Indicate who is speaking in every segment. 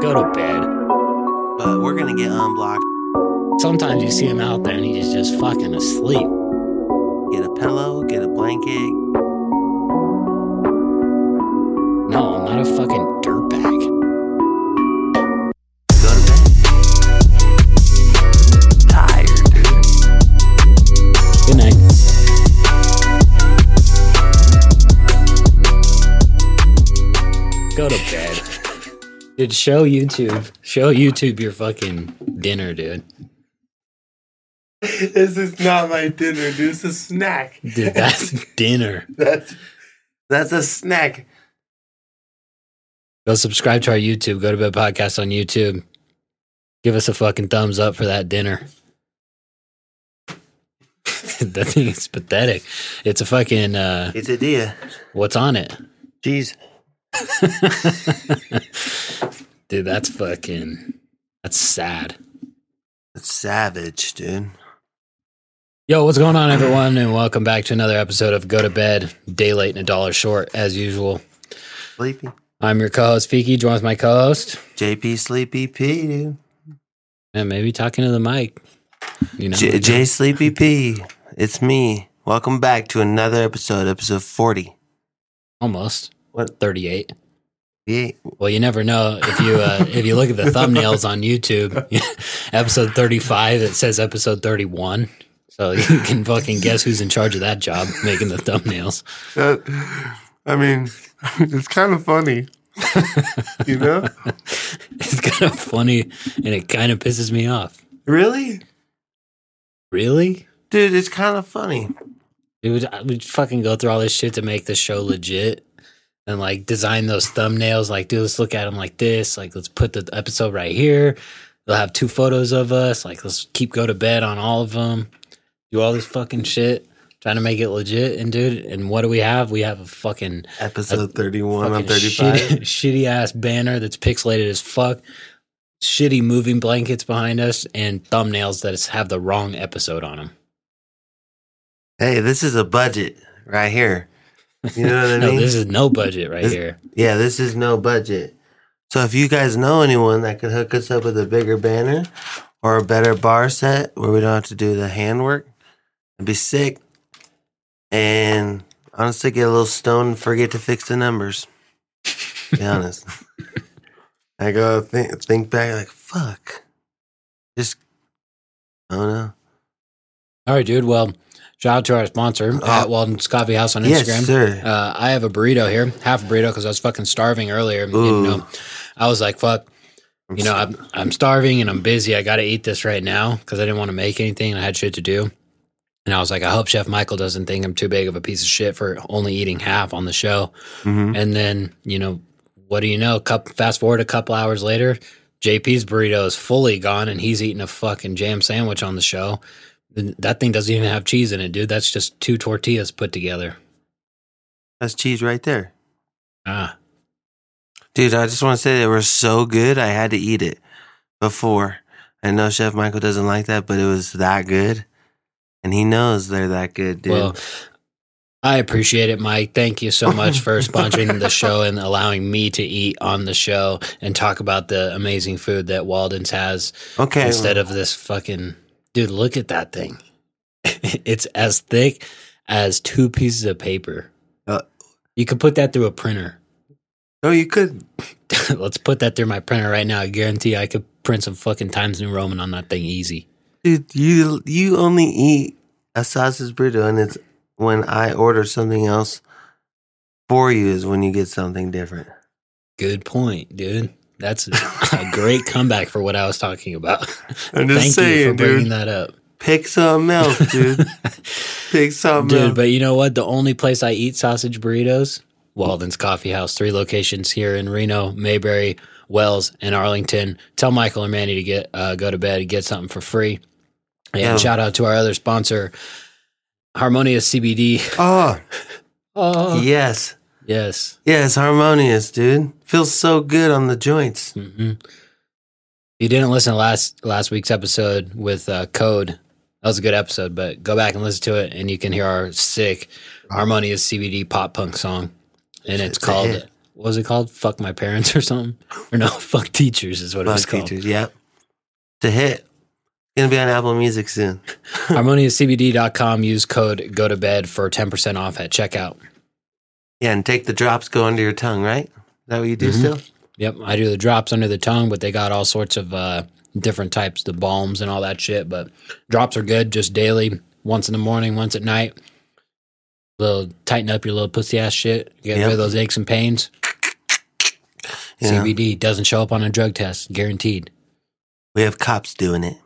Speaker 1: go to bed.
Speaker 2: But we're gonna get unblocked,
Speaker 1: Sometimes you see him out there and he's just fucking asleep.
Speaker 2: get a pillow, get a blanket,
Speaker 1: No, I'm not a fucking dirtbag.
Speaker 2: go to bed. Tired, dude.
Speaker 1: Good night. Go to bed. Dude, show YouTube. Show YouTube your fucking dinner, dude.
Speaker 3: this is not my dinner, dude. It's a snack.
Speaker 1: Dude, that's dinner.
Speaker 3: That's that's a snack.
Speaker 1: Go subscribe to our YouTube. Go to bed podcast on YouTube. Give us a fucking thumbs up for that dinner. that thing is pathetic. It's a fucking uh
Speaker 2: It's a deal.
Speaker 1: what's on it?
Speaker 2: Jeez.
Speaker 1: Dude, that's fucking that's sad.
Speaker 2: It's savage, dude.
Speaker 1: Yo, what's going on, everyone? And welcome back to another episode of Go to Bed, Day Late and a Dollar Short, as usual.
Speaker 2: Sleepy.
Speaker 1: I'm your co host, Fiki, joins my co host,
Speaker 2: JP Sleepy P, dude.
Speaker 1: and maybe talking to the mic. You know,
Speaker 2: J, J Sleepy P. It's me. Welcome back to another episode, episode 40.
Speaker 1: almost
Speaker 2: What?
Speaker 1: 38.
Speaker 2: Yeah.
Speaker 1: Well, you never know if you uh, if you look at the thumbnails on YouTube. episode 35 it says episode 31. So you can fucking guess who's in charge of that job making the thumbnails.
Speaker 3: That, I
Speaker 2: Uh,
Speaker 3: mean, it's kind of funny. you know?
Speaker 1: It's kind of funny and it kind of pisses me off.
Speaker 3: Really?
Speaker 1: Really?
Speaker 2: Dude, it's kind of funny.
Speaker 1: Dude, I would fucking go through all this shit to make the show legit and like design those thumbnails. Like, dude, let's look at them like this. Like, let's put the episode right here. They'll have two photos of us. Like, let's keep go to bed on all of them. Do all this fucking shit, trying to make it legit. And dude, and what do we have? We have a fucking,
Speaker 2: Episode 31
Speaker 1: fucking
Speaker 2: on 35.
Speaker 1: shitty, shitty ass banner that's pixelated as fuck. Shitty moving blankets behind us and thumbnails that is- have the wrong episode on them.
Speaker 2: Hey, this is a budget right here. You know what I
Speaker 1: no,
Speaker 2: mean?
Speaker 1: this is no budget right
Speaker 2: This-
Speaker 1: here.
Speaker 2: yeah, this is no budget. So if you guys know anyone that could hook us up with a bigger banner or a better bar set where we don't have to do the handwork, it'd be sick. And honestly, get a little stoned and forget to fix the numbers. Be honest. I go think think back like fuck. Just oh no.
Speaker 1: All right, dude. Well, shout out to our sponsor
Speaker 2: Uh,
Speaker 1: at Walden's Coffee House on
Speaker 2: yes,
Speaker 1: Instagram.
Speaker 2: sir.
Speaker 1: Uh, I have a burrito here, half a burrito, because I was fucking starving earlier. And didn't
Speaker 2: Ooh.
Speaker 1: know. I was like, fuck, Uh, you know, I'm, I'm starving and I'm busy. I got to eat this right now because I didn't want to make anything. and I had shit to do. And I was like, I hope Chef Michael doesn't think I'm too big of a piece of shit for only eating half on the show.
Speaker 2: Mhm.
Speaker 1: And then, you know, what do you know? Cup, fast forward a couple hours later, JP's burrito is fully gone and he's eating a fucking jam sandwich on the show. Th- That thing doesn't even have cheese in it, dude. That's just two tortillas put together.
Speaker 2: That's cheese right there.
Speaker 1: Ah,
Speaker 2: Dude, I just want to say they were so good. I had to eat it before. I know Chef Michael doesn't like that, but it was that good, and he knows they're that good, dude.
Speaker 1: well, I appreciate it, Mike. Thank you so much for sponsoring the show and allowing me to eat on the show and talk about the amazing food that Walden's has
Speaker 2: okay,
Speaker 1: instead of this fucking dude. Look at that thing. it's as thick as two pieces of paper.
Speaker 2: Uh,
Speaker 1: you could put that through a printer.
Speaker 2: oh, you could.
Speaker 1: Let's put that through my printer right now. I guarantee I could print some fucking Times New Roman on that thing easy.
Speaker 2: Dude, you you only eat a sausage burrito, and it's when I order something else for you is when you get something different.
Speaker 1: Good point, dude. That's a great comeback for what I was talking about.
Speaker 3: I'm just
Speaker 1: Thank you for
Speaker 3: saying,
Speaker 1: bringing
Speaker 3: dude.
Speaker 1: that up.
Speaker 2: Pick something else, dude. Pick something
Speaker 1: Dude,
Speaker 2: else.
Speaker 1: but you know what? The only place I eat sausage burritos, Walden's Coffee House. Three locations here in Reno, Mayberry, Wells, and Arlington. Tell Michael and Manny to get uh, go to bed and get something for free. And
Speaker 2: Yeah.
Speaker 1: shout out to our other sponsor, Harmonious CBD.
Speaker 2: Oh,
Speaker 1: Oh,
Speaker 2: yes,
Speaker 1: yes.
Speaker 2: yes, harmonious, dude. Feels so good on the joints.
Speaker 1: hmm If you didn't listen to last last week's episode with uh, Code, that was a good episode. But go back and listen to it, and you can hear our sick harmonious CBD pop punk song, and it's,
Speaker 2: It's a
Speaker 1: called
Speaker 2: hit.
Speaker 1: what was it called? Fuck my parents or something? Or no, fuck teachers is what it was
Speaker 2: Bug
Speaker 1: called.
Speaker 2: teachers. Yep. To hit. Gonna be on Apple Music soon.
Speaker 1: HarmoniousCBD.com. Use code go to bed for 10% off at checkout.
Speaker 2: Yeah, and take the drops go under your tongue, right? Is that what you do
Speaker 1: Mhm.
Speaker 2: still?
Speaker 1: Yep, I do the drops under the tongue, but they got all sorts of uh, different types, the balms and all that shit. But drops are good just daily, once in the morning, once at night. Little tighten up your little pussy ass shit, get
Speaker 2: Yep.
Speaker 1: rid of those aches and pains.
Speaker 2: Yeah.
Speaker 1: CBD doesn't show up on a drug test, guaranteed.
Speaker 2: We have cops doing it.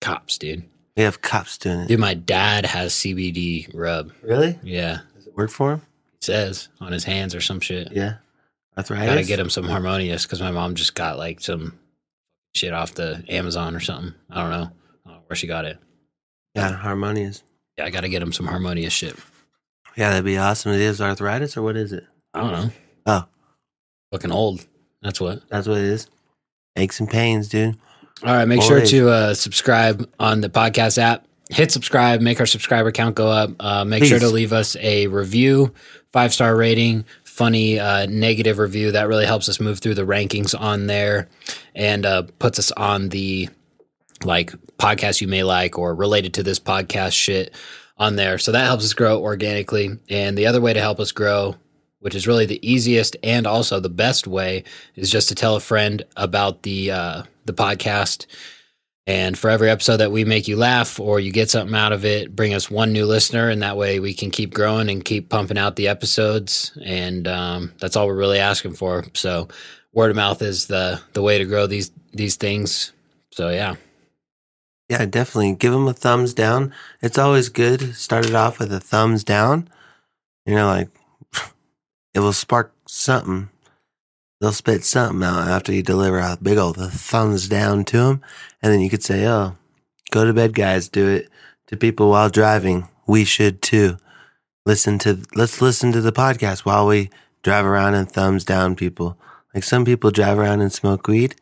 Speaker 1: Cops, dude.
Speaker 2: We have cops doing it.
Speaker 1: Dude, my dad has CBD rub.
Speaker 2: Really?
Speaker 1: Yeah,
Speaker 2: Does it work for him?
Speaker 1: it says on his hands or some shit.
Speaker 2: Yeah. Arthritis?
Speaker 1: Gotta get him some harmonious because my mom just got like some shit off the Amazon or something. I don't know, I don't know where she got it.
Speaker 2: Yeah, harmonious.
Speaker 1: Yeah, I gotta get him some harmonious shit.
Speaker 2: Yeah, that'd be awesome. It is arthritis or what is it?
Speaker 1: I don't know.
Speaker 2: Oh.
Speaker 1: Fucking old. That's what.
Speaker 2: That's what it is. Aches and pains, dude.
Speaker 1: All right. Make
Speaker 2: Old
Speaker 1: sure
Speaker 2: age.
Speaker 1: to uh, subscribe on the podcast app. Hit subscribe. Make our subscriber count go up. Uh, make sure to
Speaker 2: Please.
Speaker 1: leave us a review, five star rating, funny uh, negative review. That really helps us move through the rankings on there and uh, puts us on the like podcasts you may like or related to this podcast shit on there. So that helps us grow organically. And the other way to help us grow, which is really the easiest and also the best way, is just to tell a friend about the uh, the podcast. And for every episode that we make you laugh or you get something out of it, bring us one new listener, and that way we can keep growing and keep pumping out the episodes. And um, that's all we're really asking for. So word of mouth is the the way to grow these these things. So yeah.
Speaker 2: Yeah, definitely. Give them a thumbs down. It's always good. to Start it off with a thumbs down. You know, like it will spark something. They'll spit something out after you deliver a big old thumbs down to them. And then you could say, oh, go to bed, guys. Do it to people while driving. We should too. Listen to, let's listen to the podcast while we drive around and thumbs down people. Like some people drive around and smoke weed.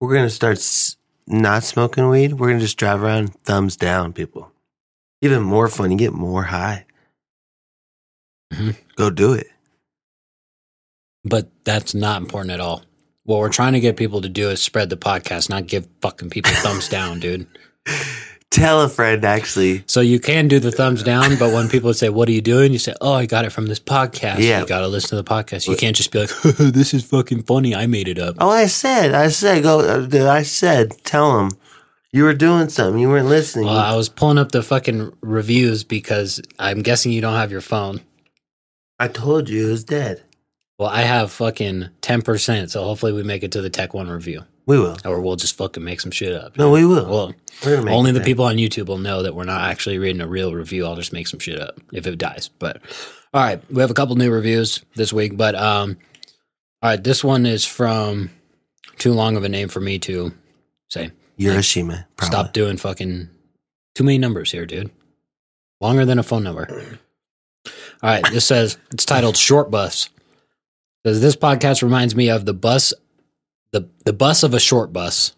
Speaker 2: We're going to start s- not smoking weed, we're gonna just drive around thumbs down, people. Even more fun, you get more high.
Speaker 1: Mhm.
Speaker 2: Go do it.
Speaker 1: but that's not important at all. What we're trying to get people to do is spread the podcast, not give fucking people thumbs down, dude.
Speaker 2: Tell a friend, actually.
Speaker 1: So you can do the thumbs down, but when people say, "What are you doing?" you say, "Oh, I got it from this podcast."
Speaker 2: Yeah.
Speaker 1: you got to listen to the podcast. You can't just be like, "This is fucking funny. I made it up."
Speaker 2: Oh, I said, I said, go. uh, dude, I said, tell them you were doing something, you weren't listening.
Speaker 1: Well, I was pulling up the fucking reviews because I'm guessing you don't have your phone.
Speaker 2: I told you it was dead.
Speaker 1: Well, I have fucking ten percent, so hopefully we make it to the Tech One review,
Speaker 2: We will.
Speaker 1: or we'll just fucking make some shit up.
Speaker 2: No, we will.
Speaker 1: Well,
Speaker 2: We're gonna make
Speaker 1: Only the
Speaker 2: it.
Speaker 1: people on YouTube will know that we're not actually reading a real review. I'll just make some shit up if it dies. But all right, we have a couple new reviews this week. But um, all right, this one is from too long of a name for me to say.
Speaker 2: Hiroshima. Probably.
Speaker 1: Stop doing fucking too many numbers here, dude. Longer than a phone number. All right, this says it's titled Short Bus. It Says this podcast reminds me of the bus, the the bus of a short bus.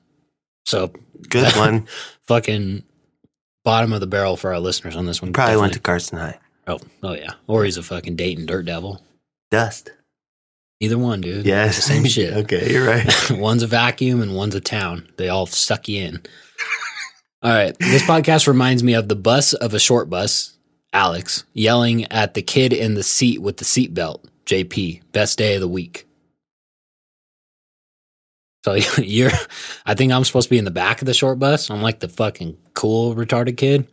Speaker 1: So
Speaker 2: Good one.
Speaker 1: fucking bottom of the barrel for our listeners on this one.
Speaker 2: Probably went to Carson High.
Speaker 1: went to oh, oh yeah, or he's a fucking Dayton dirt devil.
Speaker 2: Dust.
Speaker 1: Either one, dude.
Speaker 2: Yes.
Speaker 1: It's the same shit.
Speaker 2: okay, you're right.
Speaker 1: one's a vacuum and one's a town. They all suck you in. All right, this podcast reminds me of the bus of a short bus. Alex yelling at the kid in the seat with the seatbelt. JP, best day of the week. So you're, I think I'm supposed to be in the back of the short bus. I'm like the fucking cool retarded kid.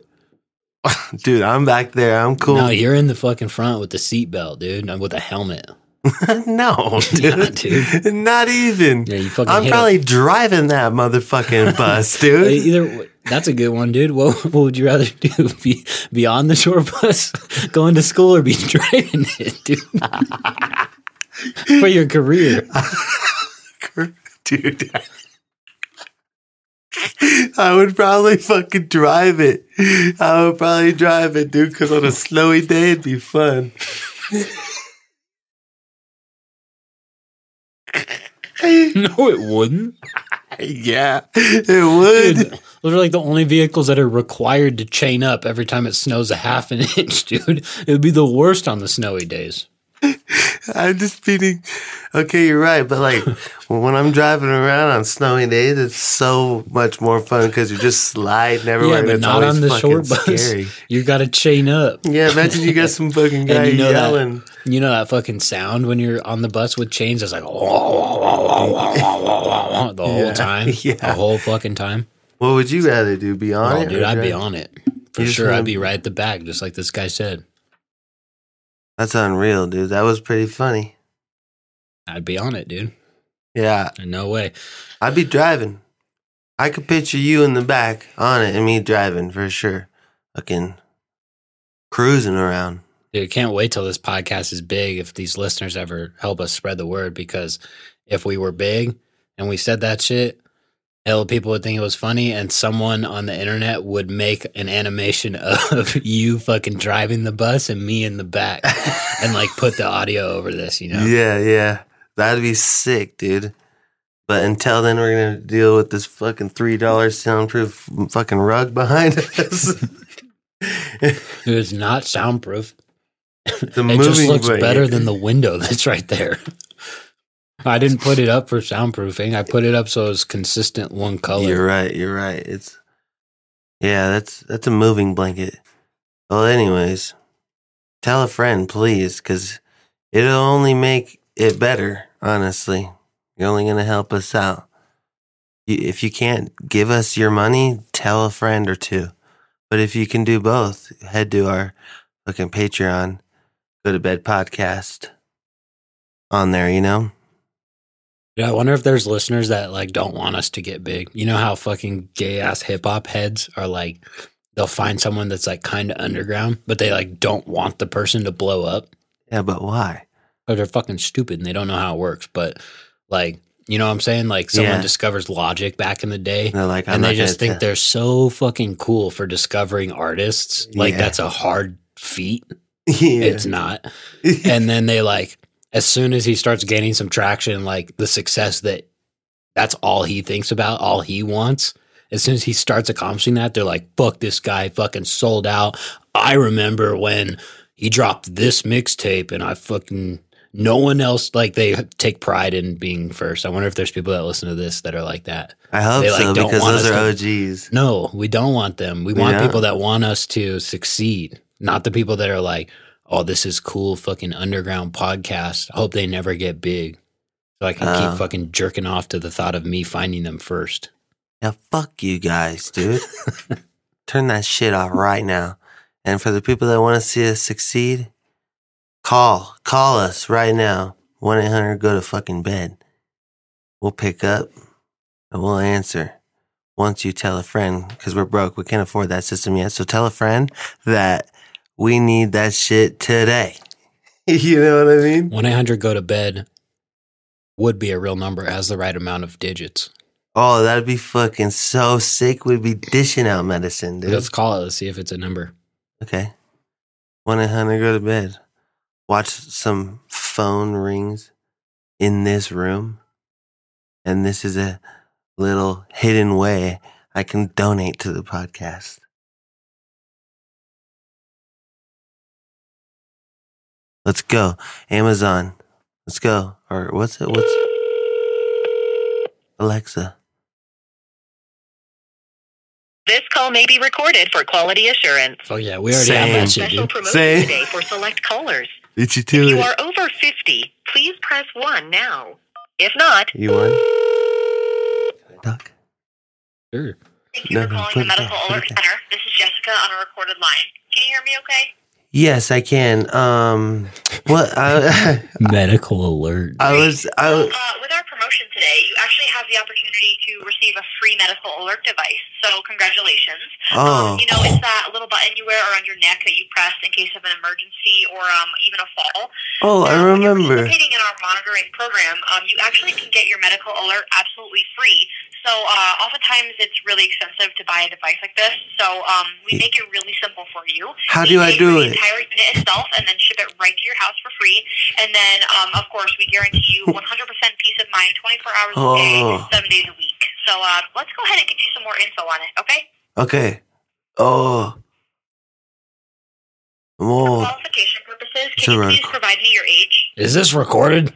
Speaker 2: Dude, I'm back there. I'm cool.
Speaker 1: No,
Speaker 2: No,
Speaker 1: you're in the fucking front with the seatbelt, dude, and with a helmet. Yeah, dude.
Speaker 2: dude. Not even.
Speaker 1: Yeah, you fucking.
Speaker 2: I'm
Speaker 1: hit
Speaker 2: probably driving that motherfucking bus,
Speaker 1: a,
Speaker 2: dude.
Speaker 1: either. That's a good one, dude. What, what would you rather do? Be, be on the shore bus going to school or be driving it, dude? For your career.
Speaker 2: dude. I would probably fucking drive it. I would probably drive it, dude, because on a snowy day, it'd be fun.
Speaker 1: No, it wouldn't.
Speaker 2: yeah, it would.
Speaker 1: Dude, those are like the only vehicles that are required to chain up every time it snows a half an inch, dude. It would be the worst on the snowy days.
Speaker 2: I'm just beating. Okay, you're right, but like when I'm driving around on snowy days, it's so much more fun because you're just sliding everywhere. and
Speaker 1: but
Speaker 2: it's
Speaker 1: not
Speaker 2: always
Speaker 1: on the
Speaker 2: fucking
Speaker 1: short bus.
Speaker 2: Scary.
Speaker 1: You got to chain up.
Speaker 2: Yeah, imagine you got some fucking
Speaker 1: And
Speaker 2: guy
Speaker 1: you know that.
Speaker 2: yelling.
Speaker 1: You know that fucking sound when you're on the bus with chains? It's like the whole
Speaker 2: Yeah,
Speaker 1: time,
Speaker 2: yeah.
Speaker 1: the whole fucking time.
Speaker 2: What would you rather do? Be on
Speaker 1: Oh,
Speaker 2: it,
Speaker 1: dude,
Speaker 2: or
Speaker 1: I'd be
Speaker 2: drive?
Speaker 1: on it for
Speaker 2: You just
Speaker 1: sure.
Speaker 2: wanna-
Speaker 1: I'd be right at the back, just like this guy said.
Speaker 2: That's unreal, dude. That was pretty funny.
Speaker 1: I'd be on it, dude.
Speaker 2: Yeah,
Speaker 1: No way.
Speaker 2: I'd be driving. I could picture you in the back on it and me driving for sure. Fucking cruising around.
Speaker 1: Dude, can't wait till this podcast is big if these listeners ever help us spread the word because if we were big and we said that shit, hell people would think it was funny and someone on the internet would make an animation of you fucking driving the bus and me in the back and like put the audio over this, you know?
Speaker 2: Yeah, yeah. That'd be sick, dude. But until then, we're gonna deal with this fucking three dollar soundproof fucking rug behind us.
Speaker 1: Dude, it's not soundproof.
Speaker 2: the
Speaker 1: It just looks
Speaker 2: way.
Speaker 1: better than the window that's right there. I didn't put it up for soundproofing. I put it up so it was consistent one color.
Speaker 2: You're right. You're right. It's yeah. That's that's a moving blanket. Well, anyways, tell a friend, please, because it'll only make it better. Honestly, you're only gonna help us out. You- If you can't give us your money, tell a friend or two. But if you can do both, head to our fucking Patreon, go to bed podcast on there. You know.
Speaker 1: Yeah, I wonder if there's listeners that like don't want us to get big. You know how fucking gay ass hip hop heads are like they'll find someone that's like kind of underground, but they like don't want the person to blow up
Speaker 2: Yeah, but why?
Speaker 1: because they're fucking stupid and they don't know how it works. But like, you know what I'm saying? Like someone
Speaker 2: Yeah.
Speaker 1: discovers logic back in the day
Speaker 2: They're like, I'm
Speaker 1: and
Speaker 2: not
Speaker 1: they just
Speaker 2: gonna
Speaker 1: think
Speaker 2: tell-
Speaker 1: they're so fucking cool for discovering artists. Like
Speaker 2: Yeah.
Speaker 1: that's a hard feat.
Speaker 2: Yeah.
Speaker 1: It's not. and then they like as soon as he starts gaining some traction like the success that that's all he thinks about all he wants as soon as he starts accomplishing that they're like fuck this guy fucking sold out i remember when he dropped this mixtape and i fucking no one else like they take pride in being first i wonder if there's people that listen to this that are like that
Speaker 2: I hope
Speaker 1: They, like,
Speaker 2: so
Speaker 1: don't
Speaker 2: because
Speaker 1: want
Speaker 2: those
Speaker 1: us
Speaker 2: are
Speaker 1: to-
Speaker 2: OGs.
Speaker 1: no, we don't want them. We
Speaker 2: We
Speaker 1: want
Speaker 2: don't.
Speaker 1: people that want us to succeed, not the people that are like, oh, this is cool fucking underground podcast. I hope they never get big. So I can
Speaker 2: Oh.
Speaker 1: keep fucking jerking off to the thought of me finding them first.
Speaker 2: Now fuck you guys, dude. Turn that shit off right now. And for the people that want to see us succeed, call. Call us right now. 1 800 go to fucking bed. We'll pick up and we'll answer once you tell a friend because we're broke. We can't afford that system yet. So tell a friend that we need that shit today. you know what I mean?
Speaker 1: 1 800 go to bed would be a real number, has the right amount of digits.
Speaker 2: Oh, that'd be fucking so sick. We'd be dishing out medicine, dude.
Speaker 1: Let's call it. Let's see if it's a number.
Speaker 2: Okay. One eight hundred go to bed. Watch some phone rings in this room. And this is a little hidden way I can donate to the podcast. Let's go. Amazon. Let's go. Or what's it? What's Alexa?
Speaker 4: This call may be recorded for quality assurance.
Speaker 1: Oh, yeah. We already have
Speaker 2: Same.
Speaker 1: that shit,
Speaker 4: Special
Speaker 1: dude.
Speaker 4: promotion
Speaker 2: Say-
Speaker 4: today for select callers.
Speaker 2: Did you do
Speaker 4: If you are over 50, please press 1 now. If not,
Speaker 2: You won. Can I talk?
Speaker 1: Sure.
Speaker 4: thank
Speaker 2: you No, for no, calling put the it Medical down, put it Alert down.
Speaker 4: Center. This is Jessica on a recorded line. Can you hear me okay?
Speaker 2: Yes, I can. Um, what I,
Speaker 1: Medical alert.
Speaker 2: I was, I,
Speaker 4: Well, uh, with our promotion today, you actually have the opportunity to receive a free medical alert device. So, congratulations.
Speaker 2: oh,
Speaker 4: Um, you know, it's that little button you wear around your neck that you press in case of an emergency or um, even a fall.
Speaker 2: oh, I
Speaker 4: Now, when you're
Speaker 2: remember.
Speaker 4: Participating in our monitoring program, um, you actually can get your medical alert absolutely free. So, uh, oftentimes it's really expensive to buy a device like this. So, um, we make it really simple for you.
Speaker 2: How
Speaker 4: We
Speaker 2: do I
Speaker 4: pay
Speaker 2: do
Speaker 4: for
Speaker 2: it?
Speaker 4: The entire unit itself, and then ship it right to your house for free. And then, um, of course, we guarantee you 100% peace of mind, 24 hours a
Speaker 2: Oh.
Speaker 4: day, seven days a week. So, uh, let's go ahead and get you some more info on it, okay?
Speaker 2: Okay. Oh,
Speaker 4: For
Speaker 2: Well,
Speaker 4: qualification purposes,
Speaker 2: It's
Speaker 4: can you
Speaker 2: around-
Speaker 4: please provide me your age?
Speaker 1: Is this recorded?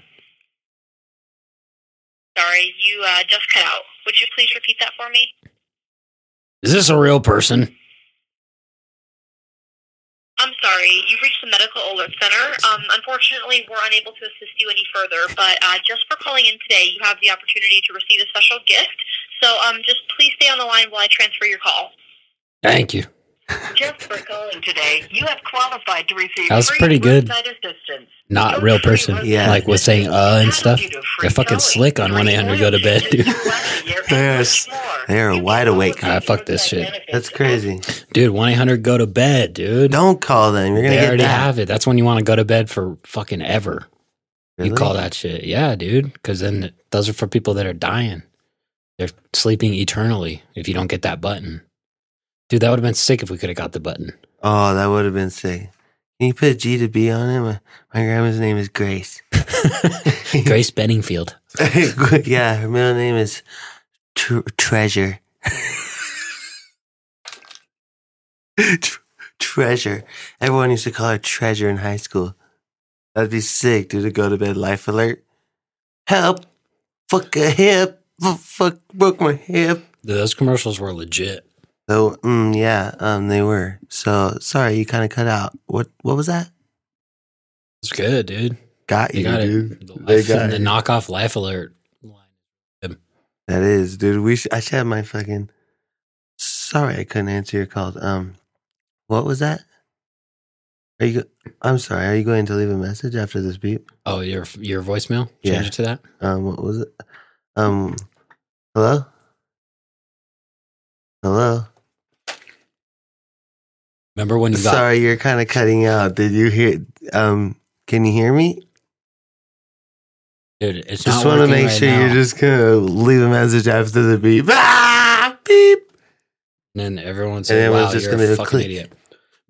Speaker 4: Sorry, you uh, just cut out. Would you please repeat that for me?
Speaker 1: Is this a real person?
Speaker 4: I'm sorry, you've reached the Medical Alert Center. Um, unfortunately, we're unable to assist you any further, but uh, just for calling in today, you have the opportunity to receive a special gift. So um, just please stay on the line while I transfer your call.
Speaker 1: Thank you.
Speaker 4: Just for calling today, you have qualified to receive
Speaker 1: That was free pretty good.
Speaker 4: assistance.
Speaker 1: Not a real person.
Speaker 2: Yeah.
Speaker 1: Like with saying uh and stuff. They're fucking slick on 1 800 Go to Bed, dude.
Speaker 3: Yes.
Speaker 2: They are wide awake.
Speaker 1: Ah, fuck this shit.
Speaker 2: that's crazy.
Speaker 1: Dude, 1 800 Go to Bed, dude.
Speaker 2: Don't call them. You're gonna
Speaker 1: they
Speaker 2: get
Speaker 1: already
Speaker 2: that.
Speaker 1: have it. That's when you want to go to bed for fucking ever. You
Speaker 2: Really?
Speaker 1: call that shit. Yeah, dude. Because then th- those are for people that are dying. They're sleeping eternally if you don't get that button. Dude, that would have been sick if we could have got the button.
Speaker 2: Oh, that would have been sick. Can you put a G to B on it? My, my grandma's name is Grace.
Speaker 1: Grace Benningfield.
Speaker 2: yeah, her middle name is Tr Treasure. Tr- treasure. Everyone used to call her Treasure in high school. That'd be sick, dude. A go to bed life alert. Help! Fuck a hip. F- fuck broke my hip.
Speaker 1: Dude, those commercials were legit.
Speaker 2: So mm, yeah, um, they were. So sorry, you kind of cut out. What what was that?
Speaker 1: It's good, dude.
Speaker 2: Got
Speaker 1: They
Speaker 2: you.
Speaker 1: got it.
Speaker 3: dude.
Speaker 1: The,
Speaker 3: They
Speaker 1: life-
Speaker 3: got
Speaker 1: the
Speaker 3: it.
Speaker 1: knockoff life alert.
Speaker 2: That is, dude. We sh- I should have my fucking. Sorry, I couldn't answer your calls. Um, what was that? Are you? Go- I'm sorry. Are you going to leave a message after this beep?
Speaker 1: Oh, your your voicemail? Change
Speaker 2: Yeah.
Speaker 1: it to that?
Speaker 2: Um, what was it? Um, hello. Hello.
Speaker 1: Remember when you got
Speaker 2: Sorry, you're kind of cutting out. Did you hear? Um, can you hear me?
Speaker 1: dude, it's
Speaker 2: Just
Speaker 1: not
Speaker 2: want to
Speaker 1: working
Speaker 2: make
Speaker 1: right
Speaker 2: sure
Speaker 1: now.
Speaker 2: you're just gonna leave a message after the beep. Ah, beep.
Speaker 1: And then everyone
Speaker 2: And
Speaker 1: said,
Speaker 2: it was
Speaker 1: "Wow,
Speaker 2: just
Speaker 1: you're
Speaker 2: gonna
Speaker 1: a
Speaker 2: be a
Speaker 1: fucking
Speaker 2: click.
Speaker 1: idiot."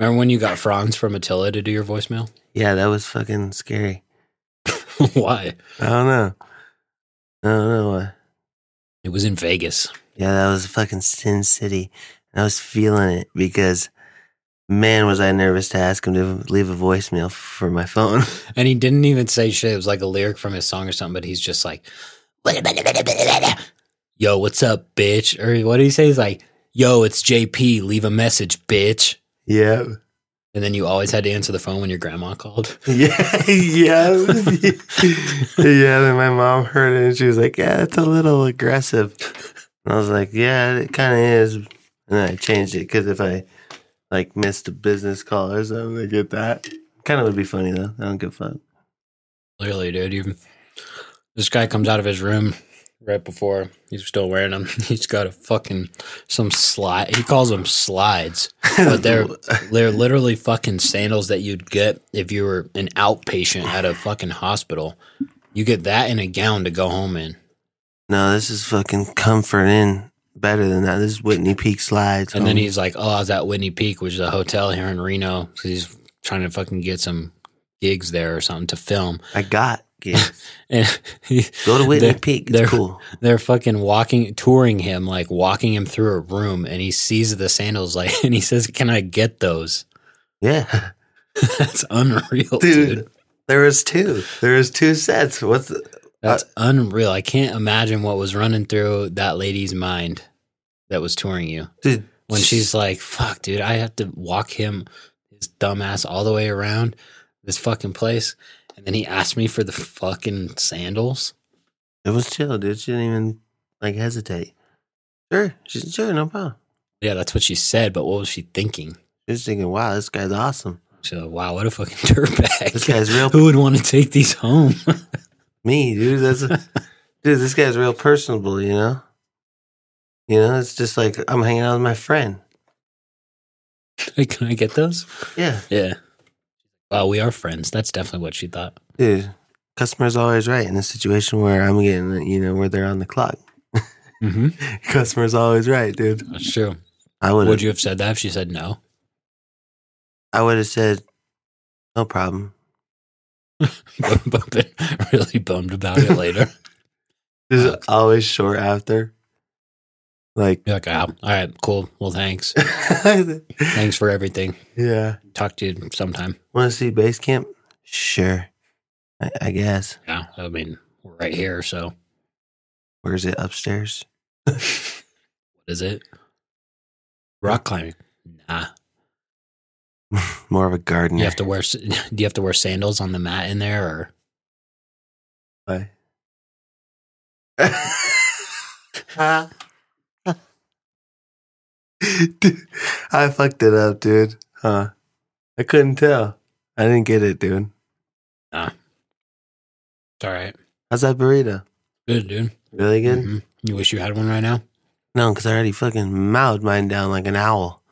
Speaker 1: Remember when you got Franz from Attila to do your voicemail?
Speaker 2: Yeah, that was fucking scary.
Speaker 1: Why?
Speaker 2: I don't know. I don't know why.
Speaker 1: It was in Vegas.
Speaker 2: Yeah, that was fucking Sin City. I was feeling it because, man, was I nervous to ask him to leave a voicemail for my phone.
Speaker 1: And he didn't even say shit. It was like a lyric from his song or something, but he's just like, yo, what's up, bitch? Or what do he say? He's like, yo, it's JP. Leave a message, bitch.
Speaker 2: yeah.
Speaker 1: And then you always had to answer the phone when your grandma called.
Speaker 2: Yeah. Yeah. yeah. Then my mom heard it and she was like, yeah, that's a little aggressive. And I was like, yeah, it kind of is. And then I changed it because if I like missed a business call or something, I get that. Kind of would be funny though. I don't give a fuck.
Speaker 1: Literally, dude. You, this guy comes out of his room right before he's still wearing them. He's got a fucking some slide. He calls them slides, but they're they're literally fucking sandals that you'd get if you were an outpatient at a fucking hospital. You get that in a gown to go home in,
Speaker 2: No, this is fucking comfort in better than that. This is Whitney Peak slides.
Speaker 1: and then
Speaker 2: homie.
Speaker 1: he's like, "Oh, I was at Whitney Peak, which is a hotel here in Reno, 'cause he's trying to fucking get some gigs there or something to film."
Speaker 2: I got gigs.
Speaker 1: And he,
Speaker 2: Go to Whitney
Speaker 1: They're-
Speaker 2: Peak.
Speaker 1: they're-
Speaker 2: It's cool.
Speaker 1: they're fucking walking touring him like walking him through a room and he sees the sandals like and he says can i get those
Speaker 2: Yeah,
Speaker 1: that's unreal dude,
Speaker 2: dude. There was two. There was two sets. What's the,
Speaker 1: that's unreal i can't imagine what was running through that lady's mind that was touring you
Speaker 2: dude?
Speaker 1: when she's like fuck dude i have to walk him his dumbass all the way around this fucking place and then he asked me for the fucking sandals
Speaker 2: it was chill, dude. She didn't even like hesitate. Sure, she's sure, no problem.
Speaker 1: yeah that's what she said but what was she thinking
Speaker 2: She was thinking, wow, this guy's awesome.
Speaker 1: she's like wow what a fucking dirtbag
Speaker 2: This guy's real.
Speaker 1: who would want to take these home
Speaker 2: Me, dude. That's a, dude. This guy's real personable. You know. You know, it's just like I'm hanging out with my friend.
Speaker 1: Like, can I get those?
Speaker 2: Yeah.
Speaker 1: Yeah. Well, we are friends. That's definitely what she thought.
Speaker 2: Dude, customer's always right in a situation where I'm getting, you know, where they're on the clock.
Speaker 1: Mm-hmm.
Speaker 2: Customer's always right, dude.
Speaker 1: That's true.
Speaker 2: I would
Speaker 1: Would
Speaker 2: have,
Speaker 1: you have said that if she said no?
Speaker 2: I would have said, no problem.
Speaker 1: but been really bummed about it later.
Speaker 2: Uh, This is always short after. Like,
Speaker 1: You're like, oh, all right, cool. Well, thanks.
Speaker 2: yeah.
Speaker 1: thanks for everything. Talk to you sometime.
Speaker 2: Want to see base camp? Sure. I, I guess.
Speaker 1: Yeah, I mean, we're right here. So, what
Speaker 2: Where is it? Upstairs?
Speaker 1: is it? Rock climbing? Nah.
Speaker 2: More of a garden.
Speaker 1: You have to wear. s- Do you have to wear sandals on the mat in there, or
Speaker 2: Why? Dude, I fucked it up, dude. Huh? I couldn't tell. I didn't get it, dude.
Speaker 1: it's all right?
Speaker 2: How's that burrito?
Speaker 1: Good, dude.
Speaker 2: Really good?
Speaker 1: Mhm. You wish you had one right now.
Speaker 2: No, because I already fucking mowed mine down like an owl.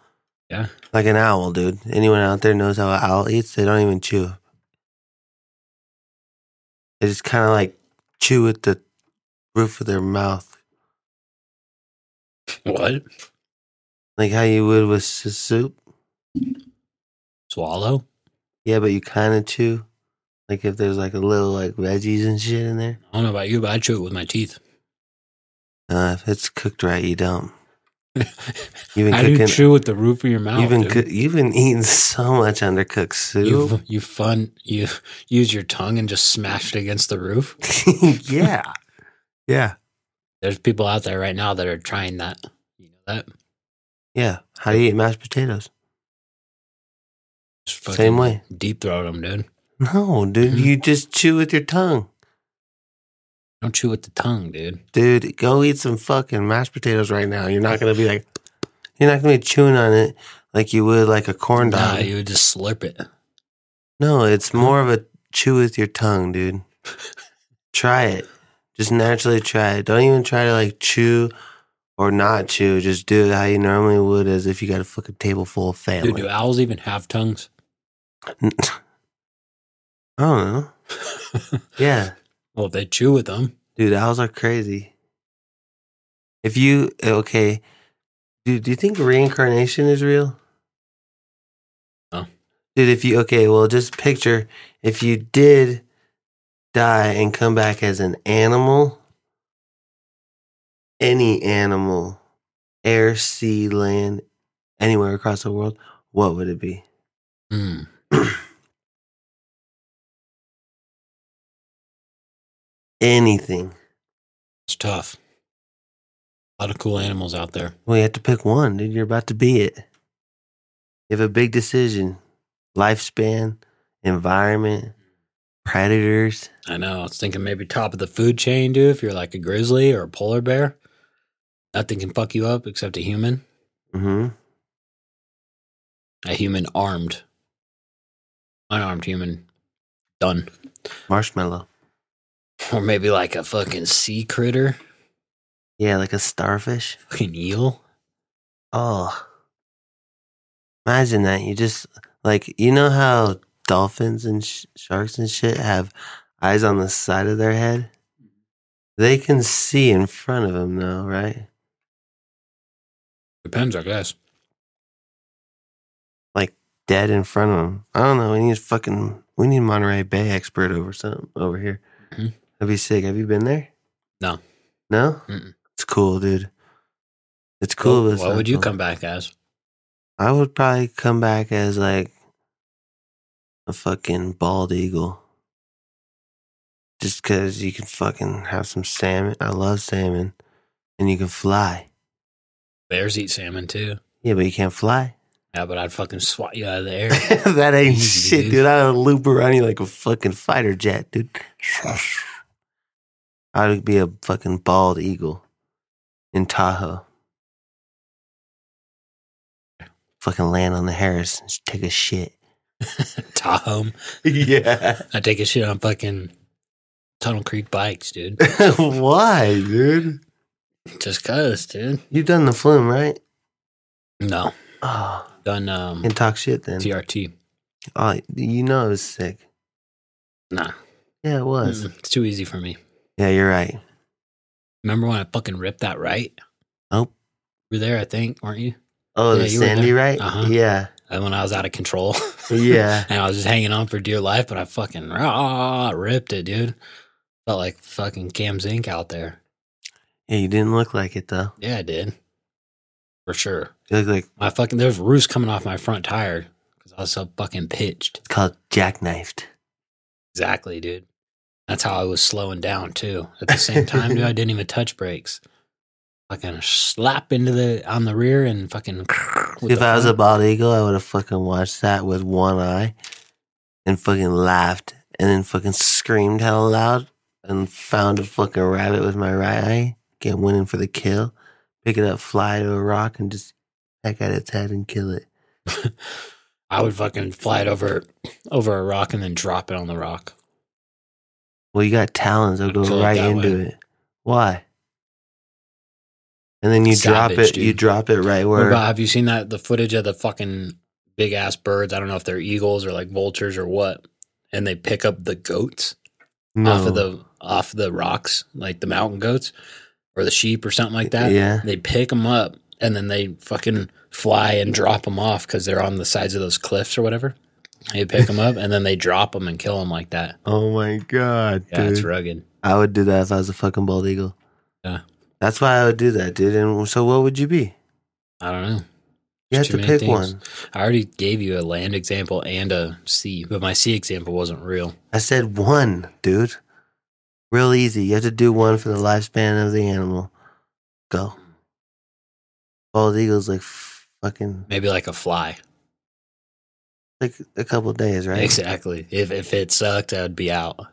Speaker 1: Yeah.
Speaker 2: Like an owl, dude. Anyone out there knows how an owl eats? They don't even chew. They just kind of like chew with the roof of their mouth.
Speaker 1: What?
Speaker 2: Like how you would with s- soup.
Speaker 1: Swallow?
Speaker 2: Yeah, but you kind of chew. Like if there's like a little like veggies and shit in there.
Speaker 1: I don't know about you, but I chew it with my teeth.
Speaker 2: Uh, if it's cooked right, you don't. You've been
Speaker 1: I do
Speaker 2: cooking.
Speaker 1: chew with the roof of your mouth.
Speaker 2: you've been
Speaker 1: dude.
Speaker 2: coo- you've been eating so much undercooked soup.
Speaker 1: You you fun you use your tongue and just smash it against the roof.
Speaker 2: yeah, yeah.
Speaker 1: There's people out there right now that are trying that. You know that
Speaker 2: Yeah. How do you eat mashed potatoes?
Speaker 1: Just fucking
Speaker 2: Same way.
Speaker 1: Deep throat them, dude.
Speaker 2: No, dude. You just chew with your tongue.
Speaker 1: Don't chew with the tongue, dude.
Speaker 2: Dude, go eat some fucking mashed potatoes right now. You're not going to be like, you're not going to be chewing on it like you would like a corn
Speaker 1: Nah,
Speaker 2: dog.
Speaker 1: you would just slurp it.
Speaker 2: no, it's more of a chew with your tongue, dude. try it. Just naturally try it. Don't even try to like chew or not chew. Just do it how you normally would as if you got a fucking table full of family.
Speaker 1: Dude, do owls even have tongues?
Speaker 2: I don't know. Yeah.
Speaker 1: Well, they chew with them.
Speaker 2: Dude, owls are crazy. If you okay, dude, do you think reincarnation is real?
Speaker 1: No.
Speaker 2: Dude, if you okay, well, just picture if you did die and come back as an animal, any animal, air, sea, land, anywhere across the world, what would it be?
Speaker 1: Hmm.
Speaker 2: Anything.
Speaker 1: it's tough. A lot of cool animals out there.
Speaker 2: Well, you have to pick one, dude. You're about to be it. You have a big decision lifespan, environment, predators.
Speaker 1: I know. I was thinking maybe top of the food chain, dude. If you're like a grizzly or a polar bear, nothing can fuck you up except a human.
Speaker 2: hmm
Speaker 1: A human armed, unarmed human, done.
Speaker 2: Marshmallow.
Speaker 1: Or maybe like a fucking sea critter,
Speaker 2: Yeah, like a starfish.
Speaker 1: fucking eel.
Speaker 2: Oh. Imagine that. You just, like, you know how dolphins and sh- sharks and shit have eyes on the side of their head? They can see in front of them, though, right?
Speaker 1: Depends, I guess.
Speaker 2: Dead in front of them. I don't know. We need fucking, we need Monterey Bay expert over something over here.
Speaker 1: Mhm.
Speaker 2: That'd be sick. Have you been there?
Speaker 1: No.
Speaker 2: No?
Speaker 1: Mm-mm.
Speaker 2: It's cool, dude. It's cool. but
Speaker 1: What,
Speaker 2: it's
Speaker 1: what
Speaker 2: not
Speaker 1: would you
Speaker 2: cool.
Speaker 1: come back as?
Speaker 2: I would probably come back as like a fucking bald eagle. Just because you can fucking have some salmon. I love salmon. And you can fly.
Speaker 1: Bears eat salmon too.
Speaker 2: Yeah, but you can't fly.
Speaker 1: Yeah, but I'd fucking swat you out of the air.
Speaker 2: that ain't
Speaker 1: Easy,
Speaker 2: shit,
Speaker 1: dude.
Speaker 2: dude. I would loop around you like a fucking fighter jet, dude. I would be a fucking bald eagle in Tahoe. Fucking land on the Harris and just take a shit.
Speaker 1: Tahoe.
Speaker 2: yeah.
Speaker 1: I take a shit on fucking Tunnel Creek bikes, dude.
Speaker 2: Why, dude?
Speaker 1: Just cause, dude.
Speaker 2: You've done the flume, right?
Speaker 1: No.
Speaker 2: Oh,
Speaker 1: Done um
Speaker 2: and talk shit then.
Speaker 1: TRT.
Speaker 2: Oh, you know it was sick.
Speaker 1: Nah.
Speaker 2: Yeah, it was.
Speaker 1: Mm-mm. It's too easy for me.
Speaker 2: Yeah, you're right.
Speaker 1: Remember when I fucking ripped that right?
Speaker 2: Nope.
Speaker 1: You were there, I think, weren't you?
Speaker 2: Oh,
Speaker 1: Yeah,
Speaker 2: the
Speaker 1: you were
Speaker 2: Sandy,
Speaker 1: there.
Speaker 2: right?
Speaker 1: Uh-huh.
Speaker 2: Yeah,
Speaker 1: And when I was out of control.
Speaker 2: yeah.
Speaker 1: and I was just hanging on for dear life, but I fucking rah, ripped it, dude. Felt like fucking Cam Zink out there.
Speaker 2: yeah, you didn't look like it though.
Speaker 1: Yeah, I did. for sure.
Speaker 2: You look like
Speaker 1: My fucking there's roofs coming off my front tire because I was so fucking pitched.
Speaker 2: it's called jackknifed.
Speaker 1: Exactly, dude. That's how I was slowing down too. At the same time, dude, I didn't even touch brakes. Fucking slap into the on the rear and fucking. with
Speaker 2: if
Speaker 1: the
Speaker 2: I was a
Speaker 1: front.
Speaker 2: bald eagle, I would have fucking watched that with one eye and fucking laughed and then fucking screamed hell loud and found a fucking rabbit with my right eye. Get winning for the kill. Pick it up, fly to a rock, and just peck at its head and kill it.
Speaker 1: I would fucking fly it over over a rock and then drop it on the rock.
Speaker 2: Well, you got talons. They'll go
Speaker 1: Kill it
Speaker 2: right
Speaker 1: that
Speaker 2: into
Speaker 1: way.
Speaker 2: it. Why? And then you drop
Speaker 1: Savage,
Speaker 2: it. You
Speaker 1: dude.
Speaker 2: drop it right
Speaker 1: What
Speaker 2: where.
Speaker 1: about have you seen that the footage of the fucking big ass birds? I don't know if they're eagles or like vultures or what, and they pick up the goats
Speaker 2: no.
Speaker 1: off of the off the rocks, like the mountain goats or the sheep or something like that.
Speaker 2: Yeah.
Speaker 1: They pick them up and then they fucking fly and drop them off because they're on the sides of those cliffs or whatever. They pick them up and then they drop them and kill them like that.
Speaker 2: Oh my god,
Speaker 1: Yeah,
Speaker 2: dude!
Speaker 1: it's rugged.
Speaker 2: I would do that if I was a fucking bald eagle.
Speaker 1: Yeah.
Speaker 2: That's why I would do that, dude. And so, what would you be?
Speaker 1: I don't know.
Speaker 2: You
Speaker 1: There's
Speaker 2: have to
Speaker 1: too many
Speaker 2: pick
Speaker 1: things.
Speaker 2: one.
Speaker 1: I already gave you a land example and a sea, but my sea example wasn't real.
Speaker 2: I said one, dude. Real easy. You have to do one for the lifespan of the animal. Go. Bald eagle's like fucking
Speaker 1: Maybe like a fly.
Speaker 2: like a couple days, right?
Speaker 1: Exactly. If if it sucked, I'd be out.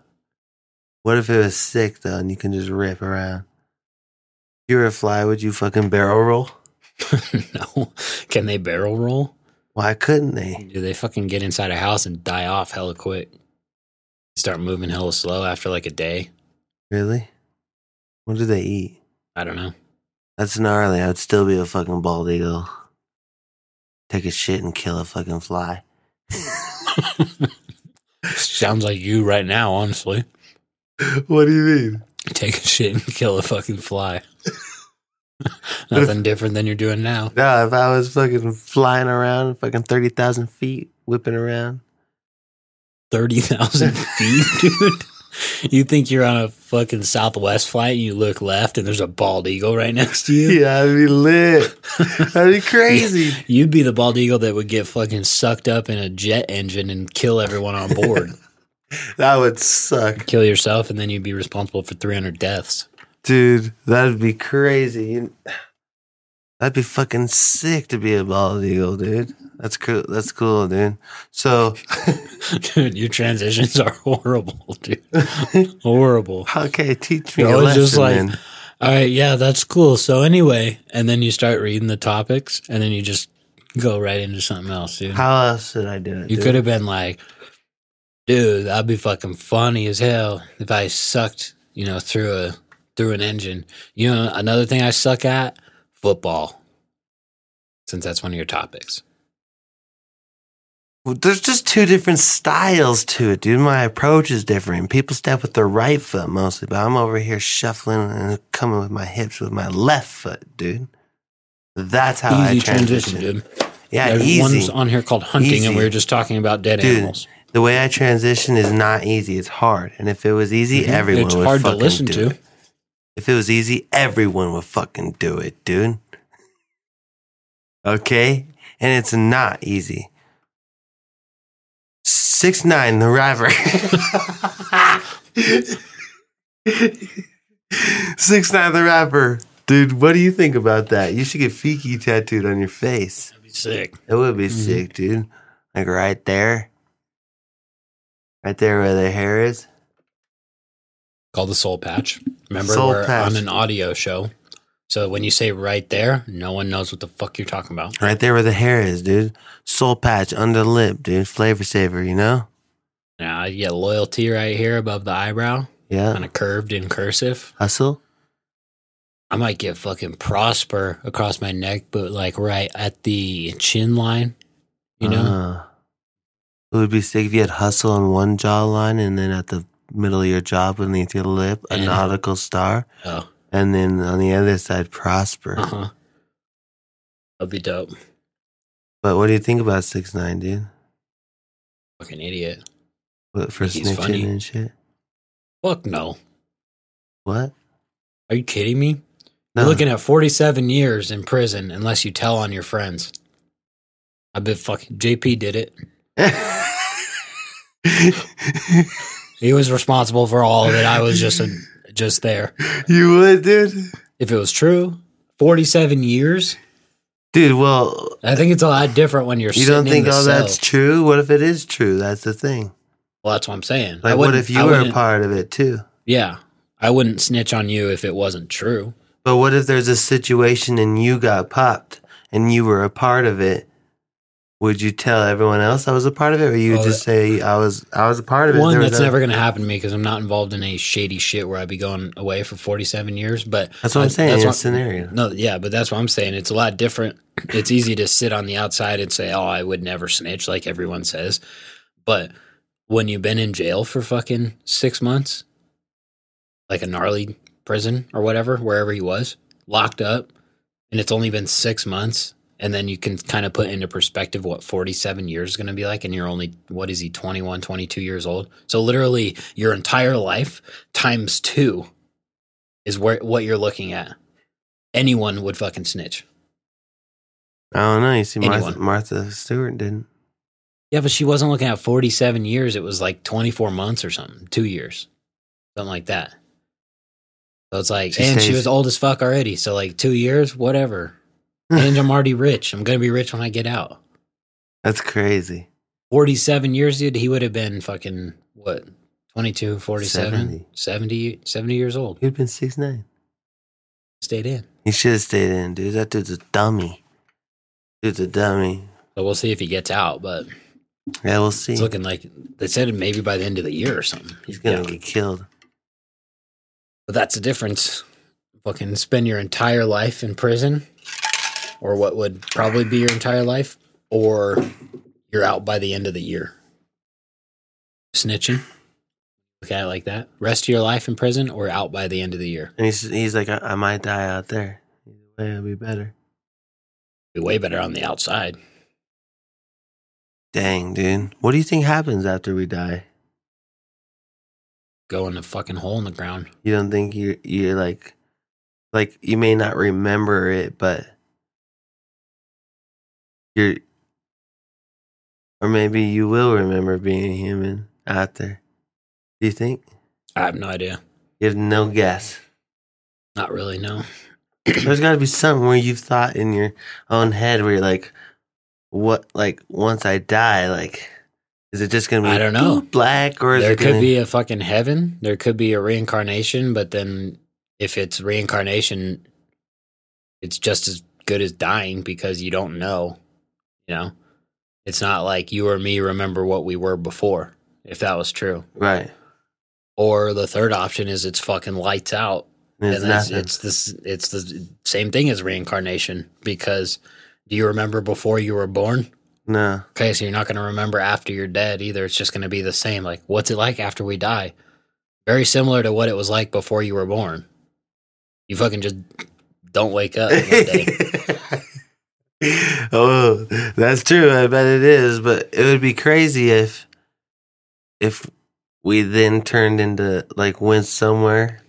Speaker 2: What if it was sick though, and you can just rip around? If you were a fly, would you fucking barrel roll?
Speaker 1: no. Can they barrel roll?
Speaker 2: Why couldn't they?
Speaker 1: Do they fucking get inside a house and die off hella quick? Start moving hella slow after like a day.
Speaker 2: Really? What do they eat?
Speaker 1: I don't know.
Speaker 2: That's gnarly. I would still be a fucking bald eagle. Take a shit and kill a fucking fly.
Speaker 1: Sounds like you right now, honestly.
Speaker 3: What do you mean?
Speaker 1: Take a shit and kill a fucking fly. Nothing different than you're doing now.
Speaker 2: No, if I was fucking flying around, fucking 30,000 feet, whipping around.
Speaker 1: 30,000 feet, dude. You think you're on a fucking Southwest flight and you look left and there's a bald eagle right next to you?
Speaker 2: Yeah, I'd be lit. That'd be crazy.
Speaker 1: You'd be the bald eagle that would get fucking sucked up in a jet engine and kill everyone on board.
Speaker 2: That would suck.
Speaker 1: kill yourself, and then you'd be responsible for 300 deaths.
Speaker 2: Dude, that'd be crazy. You- That'd be fucking sick to be a bald eagle, dude. That's cool. That's cool, dude. So,
Speaker 1: dude, your transitions are horrible, dude. horrible.
Speaker 2: okay, teach me
Speaker 1: You're
Speaker 2: a
Speaker 1: always
Speaker 2: lesson,
Speaker 1: just like-
Speaker 2: man.
Speaker 1: All right, yeah, that's cool. So, anyway, and then you start reading the topics, and then you just go right into something else, dude.
Speaker 2: How else should I do it?
Speaker 1: You
Speaker 2: dude?
Speaker 1: could have been like, dude, that'd be fucking funny as hell if I sucked, you know, through a through an engine. You know, another thing I suck at football, since that's one of your topics.
Speaker 2: Well, there's just two different styles to it, dude. My approach is different. People step with their right foot mostly, but I'm over here shuffling and coming with my hips with my left foot, dude. That's how I
Speaker 1: easy
Speaker 2: transition.
Speaker 1: transition, dude.
Speaker 2: Yeah,
Speaker 1: There's one's
Speaker 2: easy.
Speaker 1: on here called hunting,
Speaker 2: Easy.
Speaker 1: and we were just talking about dead
Speaker 2: Dude,
Speaker 1: animals.
Speaker 2: the way I transition is not easy. It's hard. And if it was easy, everyone
Speaker 1: Mm-hmm. it's
Speaker 2: would
Speaker 1: hard to
Speaker 2: fucking
Speaker 1: listen
Speaker 2: do
Speaker 1: to.
Speaker 2: it. If it was easy, everyone would fucking do it, dude. Okay? And it's not easy. Six nine, the river. Six nine, the rapper. Dude, what do you think about that? You should get Fiki tattooed on your face.
Speaker 1: That'd be sick.
Speaker 2: That would be
Speaker 1: Mhm.
Speaker 2: sick, dude. Like right there. Right there where the hair is.
Speaker 1: Called the soul patch. Remember,
Speaker 2: Soul
Speaker 1: we're
Speaker 2: patch.
Speaker 1: on an audio show, so when you say right there, no one knows what the fuck you're talking about.
Speaker 2: Right there where the hair is, dude. Soul patch under the lip, dude. Flavor saver, you know?
Speaker 1: Now I get loyalty right here above the eyebrow,
Speaker 2: Yeah.
Speaker 1: kind of curved in cursive.
Speaker 2: Hustle.
Speaker 1: I might get fucking prosper across my neck, but like right at the chin line, you know.
Speaker 2: Uh, it would be sick if you had hustle on one jawline and then at the middle of your jaw beneath your lip, a
Speaker 1: Yeah.
Speaker 2: nautical star.
Speaker 1: Oh,
Speaker 2: And then on the other side, prosper.
Speaker 1: uh huh. That'd be dope.
Speaker 2: But what do you think about six nine, dude?
Speaker 1: Fucking idiot.
Speaker 2: What, for
Speaker 1: He's
Speaker 2: snitching
Speaker 1: funny.
Speaker 2: and shit?
Speaker 1: Fuck no.
Speaker 2: What?
Speaker 1: Are you kidding me? You're looking at 47 years in prison unless you tell on your friends. I bet fucking JP did it. He was responsible for all of it. I was just a, just there.
Speaker 2: you would, dude.
Speaker 1: If it was true, 47 years.
Speaker 2: Dude, well,
Speaker 1: I think it's a lot different when you're.
Speaker 2: you
Speaker 1: sitting
Speaker 2: don't think
Speaker 1: in the
Speaker 2: all
Speaker 1: cell.
Speaker 2: that's true? What if it is true? That's the thing.
Speaker 1: Well, that's what I'm saying. I
Speaker 2: Like, what
Speaker 1: wouldn't-
Speaker 2: if
Speaker 1: I
Speaker 2: you were a
Speaker 1: wouldn't-
Speaker 2: part of it too?
Speaker 1: Yeah, I wouldn't snitch on you if it wasn't true.
Speaker 2: But what if there's a situation and you got popped and you were a part of it? Would you tell everyone else I was a part of it, or you
Speaker 1: Oh,
Speaker 2: just say I was I was a part of it?
Speaker 1: One,
Speaker 2: There was
Speaker 1: that's
Speaker 2: no-
Speaker 1: never going to happen to me because I'm not involved in any shady shit where I'd be going away for 47 years. But
Speaker 2: That's what
Speaker 1: I-
Speaker 2: I'm saying.
Speaker 1: that's
Speaker 2: in a
Speaker 1: what-
Speaker 2: scenario.
Speaker 1: No, yeah, but that's what I'm saying. It's a lot different. It's easy to sit on the outside and say, "Oh, I would never snitch," like everyone says. But when you've been in jail for fucking six months, like a gnarly prison or whatever, wherever he was locked up, and it's only been six months, and then you can kind of put into perspective what 47 years is going to be like, and you're only what is he 21, 22 years old? So literally, your entire life times two is where what you're looking at anyone would fucking snitch.
Speaker 2: I don't know. You see, Martha,
Speaker 1: Anyone.
Speaker 2: Martha Stewart didn't.
Speaker 1: Yeah, but she wasn't looking at 47 years. It was like 24 months or something, two years, something like that. So it's like,
Speaker 2: She
Speaker 1: and she
Speaker 2: stays-
Speaker 1: was old as fuck already. So like two years, whatever. And I'm already rich. I'm going to be rich when I get out.
Speaker 2: That's crazy.
Speaker 1: 47 years, dude, he would have been fucking, what, 22, 47,
Speaker 2: Seventy.
Speaker 1: 70, 70 years old.
Speaker 2: You'd been six nine.
Speaker 1: Stayed in.
Speaker 2: He should have stayed in, dude. That dude's a dummy. Dude's a dummy.
Speaker 1: So we'll see if he gets out, but
Speaker 2: Yeah, we'll see.
Speaker 1: it's looking like they said maybe by the end of the year or something.
Speaker 2: He's gonna
Speaker 1: Yeah.
Speaker 2: get killed.
Speaker 1: But that's the difference. Fucking spend your entire life in prison, or what would probably be your entire life, or you're out by the end of the year. Snitching. Look at it like that. Rest of your life in prison, or out by the end of the year.
Speaker 2: And he's he's like, I, I might die out there. Either way, I'll be better.
Speaker 1: Be way better on the outside.
Speaker 2: Dang, dude. What do you think happens after we die?
Speaker 1: Go in a fucking hole in the ground.
Speaker 2: You don't think you're you're like like you may not remember it, but you're or maybe you will remember being human out there. Do you think?
Speaker 1: I have no idea.
Speaker 2: You have no guess.
Speaker 1: Not really. No.
Speaker 2: There's got to be something where you've thought in your own head where you're like, what, like, once I die, like, is it just going to be
Speaker 1: I don't know.
Speaker 2: black or is
Speaker 1: there
Speaker 2: it
Speaker 1: could
Speaker 2: gonna,
Speaker 1: be a fucking heaven. There could be a reincarnation, but then if it's reincarnation, it's just as good as dying because you don't know. You know, it's not like you or me remember what we were before, if that was true.
Speaker 2: Right.
Speaker 1: Or the third option is it's fucking lights out,
Speaker 2: And it's
Speaker 1: and that's,
Speaker 2: nothing.
Speaker 1: it's this it's the same thing as reincarnation because do you remember before you were born?
Speaker 2: no.
Speaker 1: Okay, so you're not going to remember after you're dead either. It's just going to be the same. Like, what's it like after we die? Very similar to what it was like before you were born. You fucking just don't wake up one day.
Speaker 2: oh, that's true. I bet it is. But it would be crazy if, if we then turned into like went somewhere,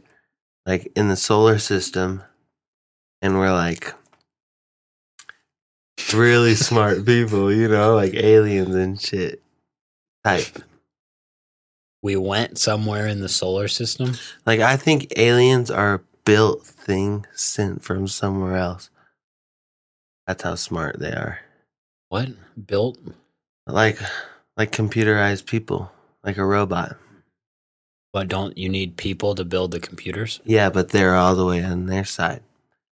Speaker 2: like in the solar system, and we're like really smart people, you know, like aliens and shit type.
Speaker 1: we went somewhere in the solar system.
Speaker 2: Like I think aliens are a built thing sent from somewhere else. That's how smart they are.
Speaker 1: What? Built?
Speaker 2: like like computerized people, like a robot.
Speaker 1: But don't you need people to build the computers?
Speaker 2: Yeah, but they're all the way on their side,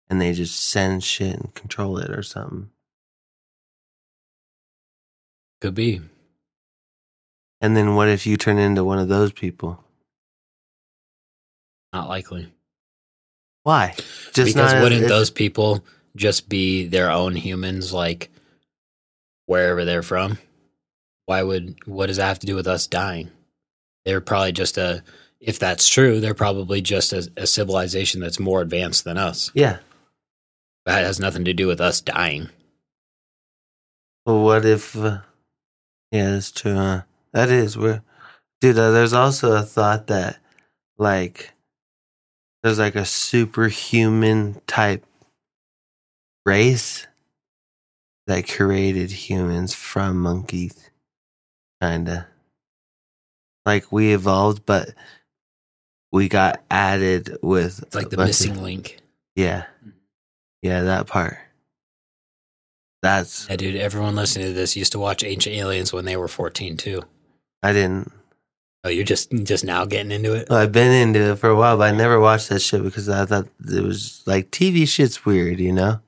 Speaker 2: and they just send shit and control it or something.
Speaker 1: Could be.
Speaker 2: And then what if you turn into one of those people?
Speaker 1: Not likely.
Speaker 2: Why? Just
Speaker 1: because
Speaker 2: not-
Speaker 1: wouldn't
Speaker 2: if-
Speaker 1: those people just be their own humans, like wherever they're from? Why would what does that have to do with us dying? They're probably just a if that's true, they're probably just a, a civilization that's more advanced than us.
Speaker 2: Yeah.
Speaker 1: That has nothing to do with us dying.
Speaker 2: Well, what if? Uh, yeah, that's true. Huh? That is where, dude. Uh, there's also a thought that, like, there's like a superhuman type race that created humans from monkeys, kinda. Like we evolved, but we got added with
Speaker 1: It's like
Speaker 2: a
Speaker 1: the
Speaker 2: bunch of-
Speaker 1: missing link. Mm.
Speaker 2: yeah, yeah, that part. That's
Speaker 1: Yeah, dude, everyone listening to this used to watch Ancient Aliens when they were 14 too.
Speaker 2: I didn't.
Speaker 1: Oh, you're just just now getting into it.
Speaker 2: Well, I've been into it for a while, but I never watched that shit because I thought it was like TV shit's weird, you know.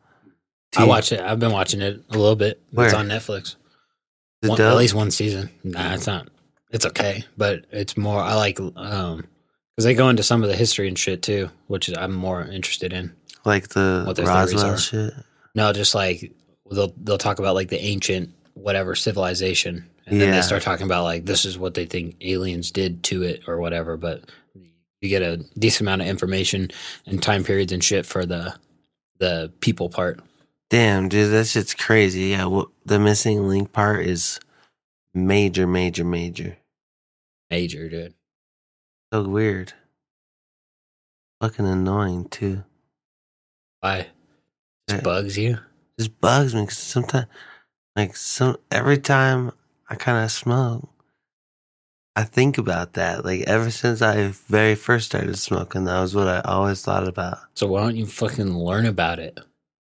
Speaker 1: I watch it. I've been watching it a little bit. It's
Speaker 2: Where?
Speaker 1: on Netflix.
Speaker 2: Is it
Speaker 1: One-
Speaker 2: dope?
Speaker 1: at least one season. Nah, it's not. It's okay, but it's more. I like um because they go into some of the history and shit too, which is, I'm more interested in.
Speaker 2: like the
Speaker 1: what their theories
Speaker 2: Roswell
Speaker 1: are.
Speaker 2: shit.
Speaker 1: No, just like they'll they'll talk about like the ancient whatever civilization, and then
Speaker 2: Yeah.
Speaker 1: they start talking about like this is what they think aliens did to it or whatever. But you get a decent amount of information and time periods and shit for the the people part.
Speaker 2: Damn, dude, that shit's crazy. Yeah, well, the missing link part is major, major, major.
Speaker 1: Major dude.
Speaker 2: So weird. Fucking annoying too.
Speaker 1: Why?
Speaker 2: Yeah.
Speaker 1: Just bugs you.
Speaker 2: Just bugs me because sometimes, like, some every time I kind of smoke, I think about that. Like, ever since I very first started smoking, that was what I always thought about.
Speaker 1: So why don't you fucking learn about it?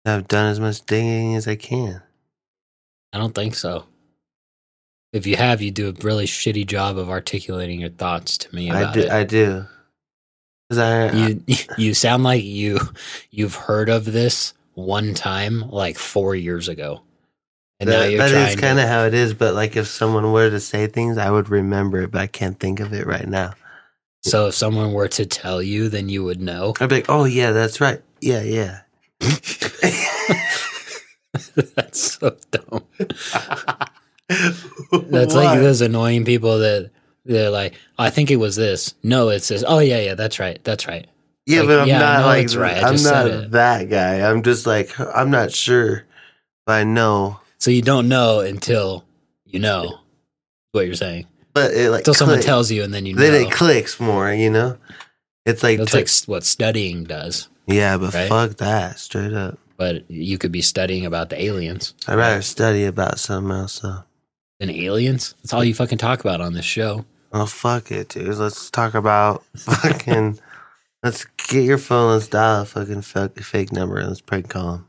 Speaker 2: I've done as much digging as I can.
Speaker 1: I don't think so. If you have, you do a really shitty job of articulating your thoughts to me about
Speaker 2: I do.
Speaker 1: it.
Speaker 2: I do. 'Cause I,
Speaker 1: you you sound like you you've heard of this one time like four years ago, and now
Speaker 2: That-
Speaker 1: you're
Speaker 2: that
Speaker 1: trying.
Speaker 2: is
Speaker 1: to-
Speaker 2: kind of how it is, but like if someone were to say things, I would remember it, but I can't think of it right now.
Speaker 1: so if someone were to tell you, then you would know.
Speaker 2: I'd be like, "Oh yeah, that's right. Yeah, yeah."
Speaker 1: That's so dumb. That's like
Speaker 2: What?
Speaker 1: those annoying people that they're like, "Oh, I think it was this. No, it's this. Oh yeah, yeah, that's right, that's right.
Speaker 2: Yeah,
Speaker 1: like,
Speaker 2: but I'm
Speaker 1: yeah, I
Speaker 2: not
Speaker 1: know
Speaker 2: like
Speaker 1: it's right. I
Speaker 2: I'm
Speaker 1: just
Speaker 2: not
Speaker 1: said it.
Speaker 2: that guy. I'm just like I'm not sure, but I know.
Speaker 1: So you don't know until you know what you're saying.
Speaker 2: But it like
Speaker 1: Until someone
Speaker 2: click-
Speaker 1: tells you, and then you know.
Speaker 2: then it clicks more. You know, it's like,
Speaker 1: That's
Speaker 2: tur-
Speaker 1: like s- what studying does.
Speaker 2: yeah, but
Speaker 1: right?
Speaker 2: fuck that straight up.
Speaker 1: But you could be studying about the aliens.
Speaker 2: I'd rather study about something else though.
Speaker 1: than aliens. That's all you fucking talk about on this show.
Speaker 2: Oh fuck it, dude. Let's talk about fucking. let's get your phone. Let's dial a fucking fuck, fake number and let's prank call him,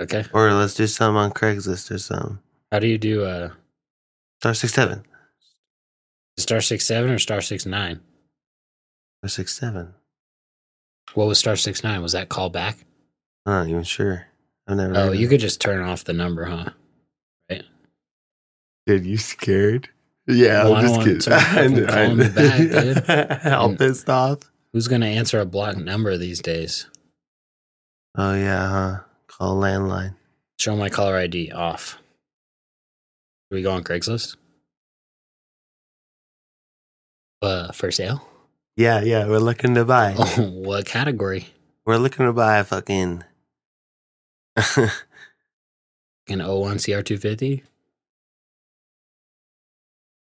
Speaker 1: Okay.
Speaker 2: or let's do something on Craigslist or something.
Speaker 1: How do you do uh
Speaker 2: Star six seven
Speaker 1: star six seven or star six nine?
Speaker 2: or six seven.
Speaker 1: What was star six nine? Was that call back?
Speaker 2: I'm not even sure. I've never.
Speaker 1: Oh,
Speaker 2: heard of
Speaker 1: you
Speaker 2: it.
Speaker 1: could just turn off the number, huh?
Speaker 3: Dude, you scared? Yeah,
Speaker 1: Well, I
Speaker 3: I'm
Speaker 1: don't
Speaker 3: just
Speaker 1: want
Speaker 3: kidding.
Speaker 1: someone fucking calling me back,
Speaker 3: All
Speaker 1: Mm.
Speaker 3: pissed off.
Speaker 1: Who's gonna answer a blocked number these days?
Speaker 2: Oh yeah, huh? Call landline.
Speaker 1: Show my caller ID off. Do we go on Craigslist? Uh, for sale?
Speaker 2: Yeah, yeah. We're looking to buy.
Speaker 1: Oh, what category?
Speaker 2: We're looking to buy a fucking.
Speaker 1: An O1 CR250?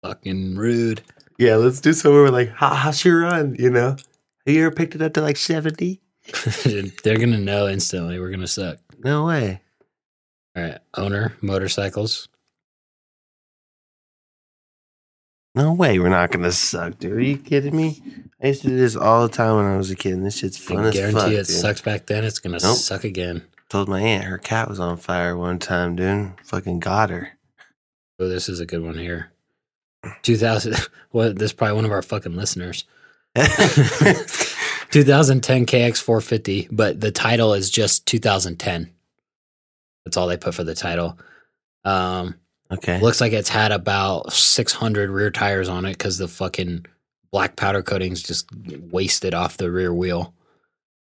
Speaker 1: Fucking rude.
Speaker 3: Yeah, let's do somewhere where like, how, how she run? You know,
Speaker 2: Have you ever picked it up to like seventy?
Speaker 1: They're gonna know instantly. We're gonna suck.
Speaker 2: No way.
Speaker 1: All right, owner motorcycles.
Speaker 2: No way, we're not gonna suck, dude. Are you kidding me? I used to do this all the time when I was a kid, and this shit's
Speaker 1: I
Speaker 2: fun as
Speaker 1: guarantee
Speaker 2: fuck.
Speaker 1: it
Speaker 2: dude.
Speaker 1: sucked back then. It's gonna
Speaker 2: Nope.
Speaker 1: suck again.
Speaker 2: Told my aunt her cat was on fire one time, dude. Fucking got her.
Speaker 1: Oh, this is a good one here. Two thousand. What? This is probably one of our fucking listeners.
Speaker 2: That's
Speaker 1: 2010 KX450, but the title is just 2010. That's all they put for the title. Um,
Speaker 2: okay.
Speaker 1: looks like it's had about 600 rear tires on it because the fucking black powder coatings just wasted off the rear wheel.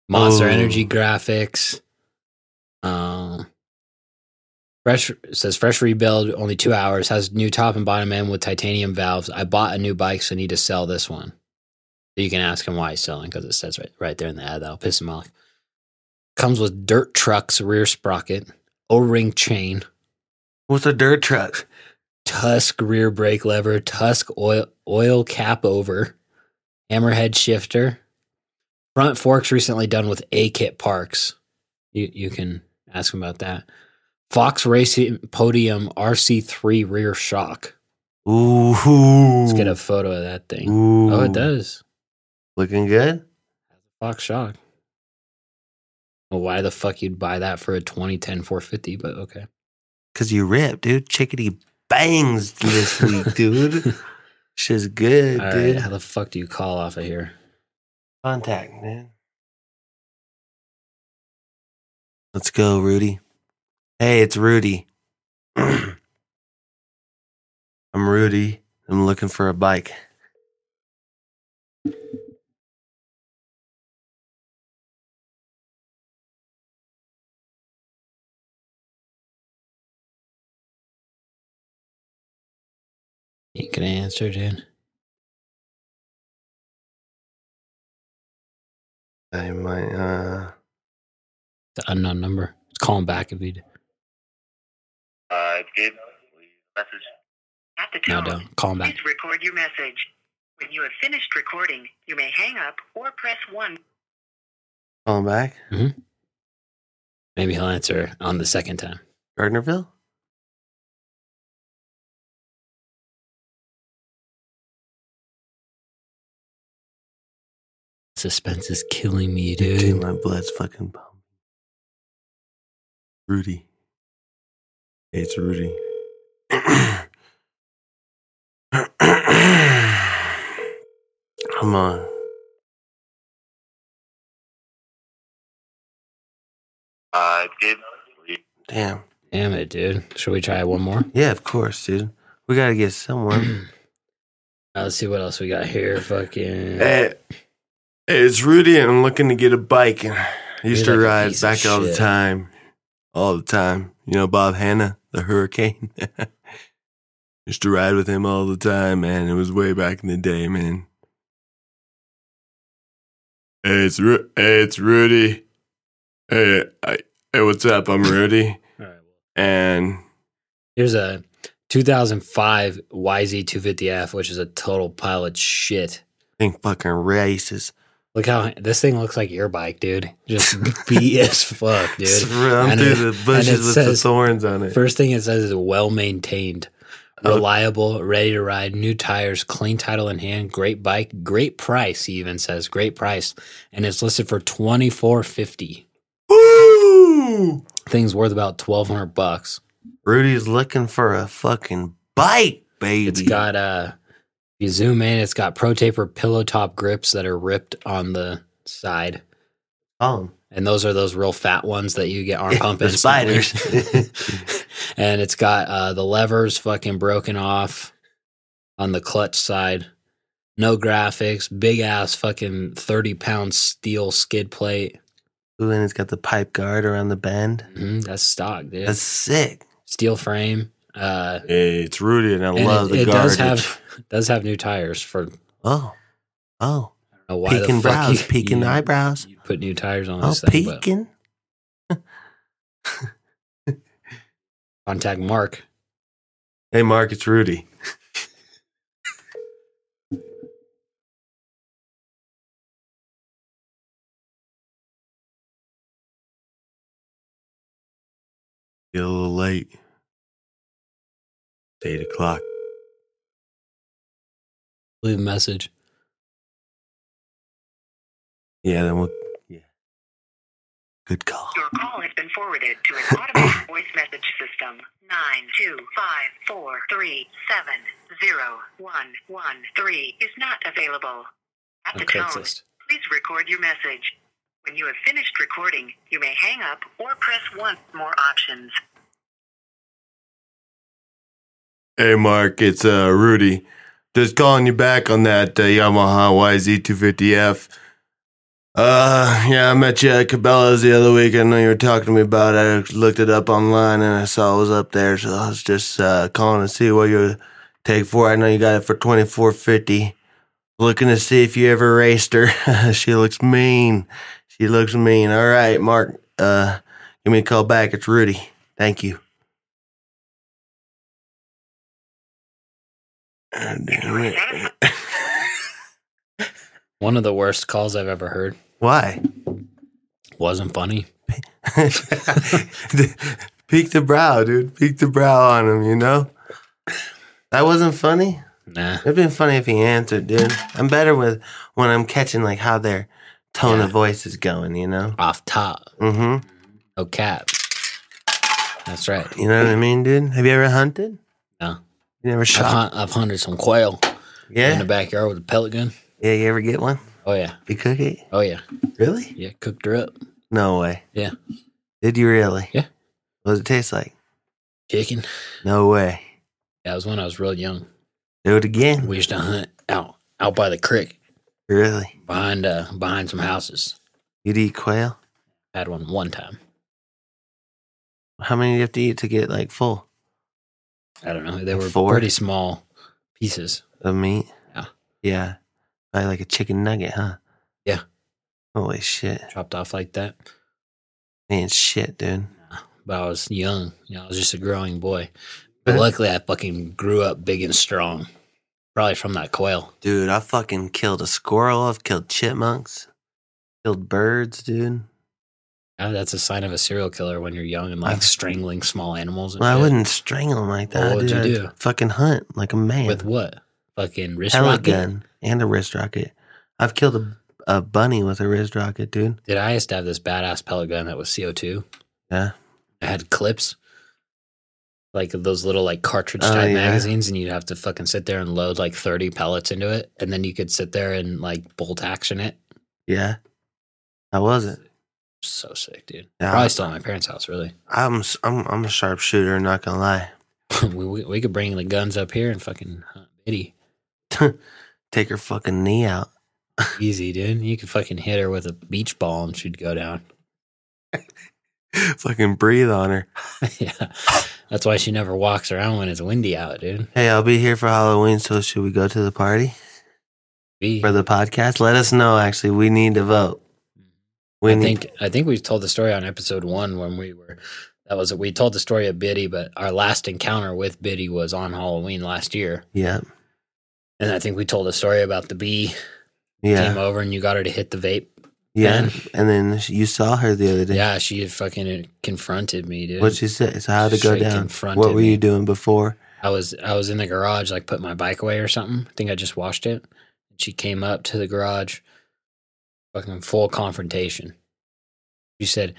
Speaker 1: Monster
Speaker 2: Oh.
Speaker 1: Energy graphics. Um, fresh it says fresh rebuild, only two hours. Has new top and bottom end with titanium valves. I bought a new bike, so need to sell this one. You can ask him why he's selling because it says right, right there in the ad. That'll piss him off. Comes with dirt trucks, rear sprocket, O ring chain,
Speaker 2: What's a dirt truck?
Speaker 1: Tusk rear brake lever, Tusk oil oil cap over, hammerhead shifter, Front Forks recently done with A Kit Parks. You you can ask him about that. Fox Racing Podium RC3 rear shock.
Speaker 2: Ooh.
Speaker 1: Let's get a photo of that thing.
Speaker 2: Ooh.
Speaker 1: Oh, it does.
Speaker 2: Looking good?
Speaker 1: Fox shock. Well, why the fuck you'd buy that for a 2010 450, but okay.
Speaker 2: Because you ripped, dude. Chickadee bangs this week, dude. Shit's good,
Speaker 1: All right,
Speaker 2: dude.
Speaker 1: how the fuck do you call off of here?
Speaker 2: Contact, man. Let's go, Rudy. Hey, it's Rudy. I'm Rudy. I'm looking for a bike.
Speaker 1: You can answer, dude.
Speaker 2: I might, uh,
Speaker 1: The unknown number. Let's call him back if you do.
Speaker 5: Uh, it's Gabe. Leave a Message.
Speaker 6: At the
Speaker 1: No,
Speaker 6: tone,
Speaker 1: don't. Call him back.
Speaker 6: please record your message. When you have finished recording, you may hang up or press 1
Speaker 2: call him back.
Speaker 1: Maybe he'll answer on the second time.
Speaker 2: Gardnerville?
Speaker 1: Suspense is killing me,
Speaker 2: Dude,
Speaker 1: dude.
Speaker 2: my blood's fucking pumping. Rudy. Hey, it's Rudy. Come on.
Speaker 5: Uh, it's Gabe. Leave-
Speaker 2: Damn.
Speaker 1: Damn it, dude. Should we try one more?
Speaker 2: Yeah, of course, dude. We gotta get somewhere.
Speaker 1: Uh, let's see what else we got here. Fucking.
Speaker 2: hey, hey, it's Rudy, and I'm looking to get a bike. And I used
Speaker 1: You're
Speaker 2: to
Speaker 1: like a
Speaker 2: ride
Speaker 1: piece of
Speaker 2: back all the
Speaker 1: shit.
Speaker 2: time. All the time. You know, Bob Hanna, the hurricane. used to ride with him all the time, man. It was way back in the day, man. Hey, it's, Ru- hey, it's Rudy. Hey, I, hey, what's up? I'm Rudy.
Speaker 1: All right, well,
Speaker 2: And
Speaker 1: here's a 2005 YZ250F, which is a total pile of shit.
Speaker 2: think fucking races.
Speaker 1: Look how this thing looks like your bike, dude. Just beat as fuck,
Speaker 2: It's
Speaker 1: dude.
Speaker 2: run
Speaker 1: And
Speaker 2: through
Speaker 1: it-
Speaker 2: the bushes
Speaker 1: it
Speaker 2: with the
Speaker 1: says-
Speaker 2: thorns on it.
Speaker 1: First thing it says is well maintained,
Speaker 2: Oh.
Speaker 1: reliable, ready to ride, new tires, clean title in hand, great bike, great price. He even says great price, and it's listed for twenty four fifty.
Speaker 2: Woo!
Speaker 1: Thing's worth about twelve hundred bucks.
Speaker 2: Rudy's looking for a fucking bike, baby.
Speaker 1: It's got uh, if you zoom in, it's got pro taper pillow top grips that are ripped on the side.
Speaker 2: oh,
Speaker 1: and those are those real fat ones that you get arm
Speaker 2: Yeah,
Speaker 1: pump
Speaker 2: the
Speaker 1: instantly.
Speaker 2: spiders.
Speaker 1: and it's got uh, the levers fucking broken off on the clutch side. No graphics, big ass fucking thirty pound steel skid plate.
Speaker 2: Ooh, and it's got the pipe guard around the bend.
Speaker 1: Mhm, that's stock, dude.
Speaker 2: That's sick.
Speaker 1: steel frame. Uh,
Speaker 2: Hey, it's Rudy, and I
Speaker 1: and it, it does have does have new tires for I don't
Speaker 2: oh, oh,
Speaker 1: know why the
Speaker 2: peeking
Speaker 1: fuck
Speaker 2: brows,
Speaker 1: you-
Speaker 2: peeking
Speaker 1: you-
Speaker 2: eyebrows.
Speaker 1: you put new tires on
Speaker 2: Oh,
Speaker 1: this thing. But
Speaker 2: peeking.
Speaker 1: contact Mark.
Speaker 2: Hey, Mark, it's Rudy. Get a little late. It's eight o'clock.
Speaker 1: Leave a message.
Speaker 2: Yeah, then we'll. Yeah. Good call.
Speaker 6: Your call has been forwarded to an automatic voice message system. Nine two five four three seven zero one one three is not available. At
Speaker 1: On
Speaker 6: the tone,
Speaker 1: Craigslist.
Speaker 6: please record your message. When you have finished recording, you may hang up or press 1 more options.
Speaker 2: Hey, Mark, it's uh, Rudy. Just calling you back on that uh, Yamaha YZ250F. Uh, yeah, I met you at Cabela's the other week. I know you were talking to me about it. I looked it up online and I saw it was up there, so I was just uh, calling to see what you take for. it. I know you got it for twenty four fifty. Looking to see if you ever raced her. she looks mean. She looks mean. All right, Mark. Uh, give me a call back. It's Rudy. Thank you.
Speaker 6: If you are satisfied
Speaker 1: One of the worst calls I've ever heard.
Speaker 2: Why?
Speaker 1: Wasn't funny.
Speaker 2: Peek the brow, dude. Peek the brow on him, you know? That wasn't funny?
Speaker 1: Nah.
Speaker 2: It'd been funny if he answered, dude. I'm better with when I'm catching like how their tone of voice is going, you know?
Speaker 1: Off top.
Speaker 2: Mm-hmm.
Speaker 1: No cap. That's right.
Speaker 2: You know what I mean, dude? Have you ever hunted?
Speaker 1: No.
Speaker 2: You never
Speaker 1: I've,
Speaker 2: shot?
Speaker 1: hunt, I've hunted some quail in the
Speaker 2: Yeah.
Speaker 1: backyard with a pellet gun.
Speaker 2: Yeah, you ever get one?
Speaker 1: Oh yeah.
Speaker 2: You cook it?
Speaker 1: Oh yeah.
Speaker 2: Really?
Speaker 1: Yeah. Cooked her up.
Speaker 2: No way.
Speaker 1: Yeah.
Speaker 2: Did you really?
Speaker 1: Yeah.
Speaker 2: What does it taste like?
Speaker 1: Chicken.
Speaker 2: No way.
Speaker 1: That was when I was real young.
Speaker 2: Do it again.
Speaker 1: We used to hunt out out by the creek
Speaker 2: Really?
Speaker 1: behind uh behind some houses.
Speaker 2: You'd eat quail?
Speaker 1: Had one one time.
Speaker 2: How many do you have to eat to get like full
Speaker 1: I don't know. They were
Speaker 2: Four?
Speaker 1: pretty small pieces.
Speaker 2: of meat?
Speaker 1: Yeah.
Speaker 2: Yeah. Probably like a chicken nugget, huh?
Speaker 1: Yeah.
Speaker 2: Holy shit.
Speaker 1: chopped off like that.
Speaker 2: Man, shit, dude.
Speaker 1: But I was young. You know, I was just a growing boy. But
Speaker 2: Yeah.
Speaker 1: luckily, I fucking grew up big and strong. Probably from that quail.
Speaker 2: Dude, I fucking killed a squirrel. I've killed chipmunks. Killed birds, dude.
Speaker 1: Uh, that's a sign of a serial killer when you're young and like
Speaker 2: I've-
Speaker 1: strangling small animals. And
Speaker 2: Uh, Well, I
Speaker 1: shit.
Speaker 2: wouldn't strangle them like that.
Speaker 1: Well, what would
Speaker 2: dude.
Speaker 1: Oh, you
Speaker 2: I'd Fucking hunt like a man.
Speaker 1: With what? Fucking wrist
Speaker 2: pellet
Speaker 1: rocket.
Speaker 2: gun and a wrist rocket. I've killed a, a bunny with a wrist rocket, dude.
Speaker 1: Did I used to have this badass pellet gun that was CO2?
Speaker 2: Yeah.
Speaker 1: I had clips, like those little like cartridge
Speaker 2: Oh,
Speaker 1: type
Speaker 2: yeah.
Speaker 1: magazines, and you'd have to fucking sit there and load like 30 pellets into it. And then you could sit there and like bolt action it.
Speaker 2: Yeah. How was it?
Speaker 1: So sick, dude.
Speaker 2: Yeah.
Speaker 1: Probably still at my parents' house, really.
Speaker 2: I'm s- I'm I'm a sharpshooter, not gonna lie.
Speaker 1: we, we, we could bring the guns up here and fucking hunt Biddy.
Speaker 2: Take her fucking knee out.
Speaker 1: Easy, dude. You could fucking hit her with a beach ball and she'd go down.
Speaker 2: fucking breathe on her.
Speaker 1: yeah. That's why she never walks around when it's windy out, dude.
Speaker 2: Hey, I'll be here for Halloween, so should we go to the party
Speaker 1: Be-
Speaker 2: for the podcast? Let us know. Actually, we need to vote. We
Speaker 1: I
Speaker 2: need.
Speaker 1: think I think we told the story on episode one when we were that was we told the story of Biddy, but our last encounter with Biddy was on Halloween last year,
Speaker 2: yeah,
Speaker 1: and I think we told a story about the bee
Speaker 2: yeah,
Speaker 1: came over and you got her to hit the vape.
Speaker 2: yeah. And then sh- you saw her the other day.
Speaker 1: Yeah, she fucking uh, confronted me, dude.
Speaker 2: What'd she say? So how'd it go
Speaker 1: Straight
Speaker 2: down?
Speaker 1: confronted
Speaker 2: What were
Speaker 1: me.
Speaker 2: you doing before?
Speaker 1: I was I was in the garage, like put my bike away or something. I think I just washed it. She came up to the garage, fucking full confrontation. She said,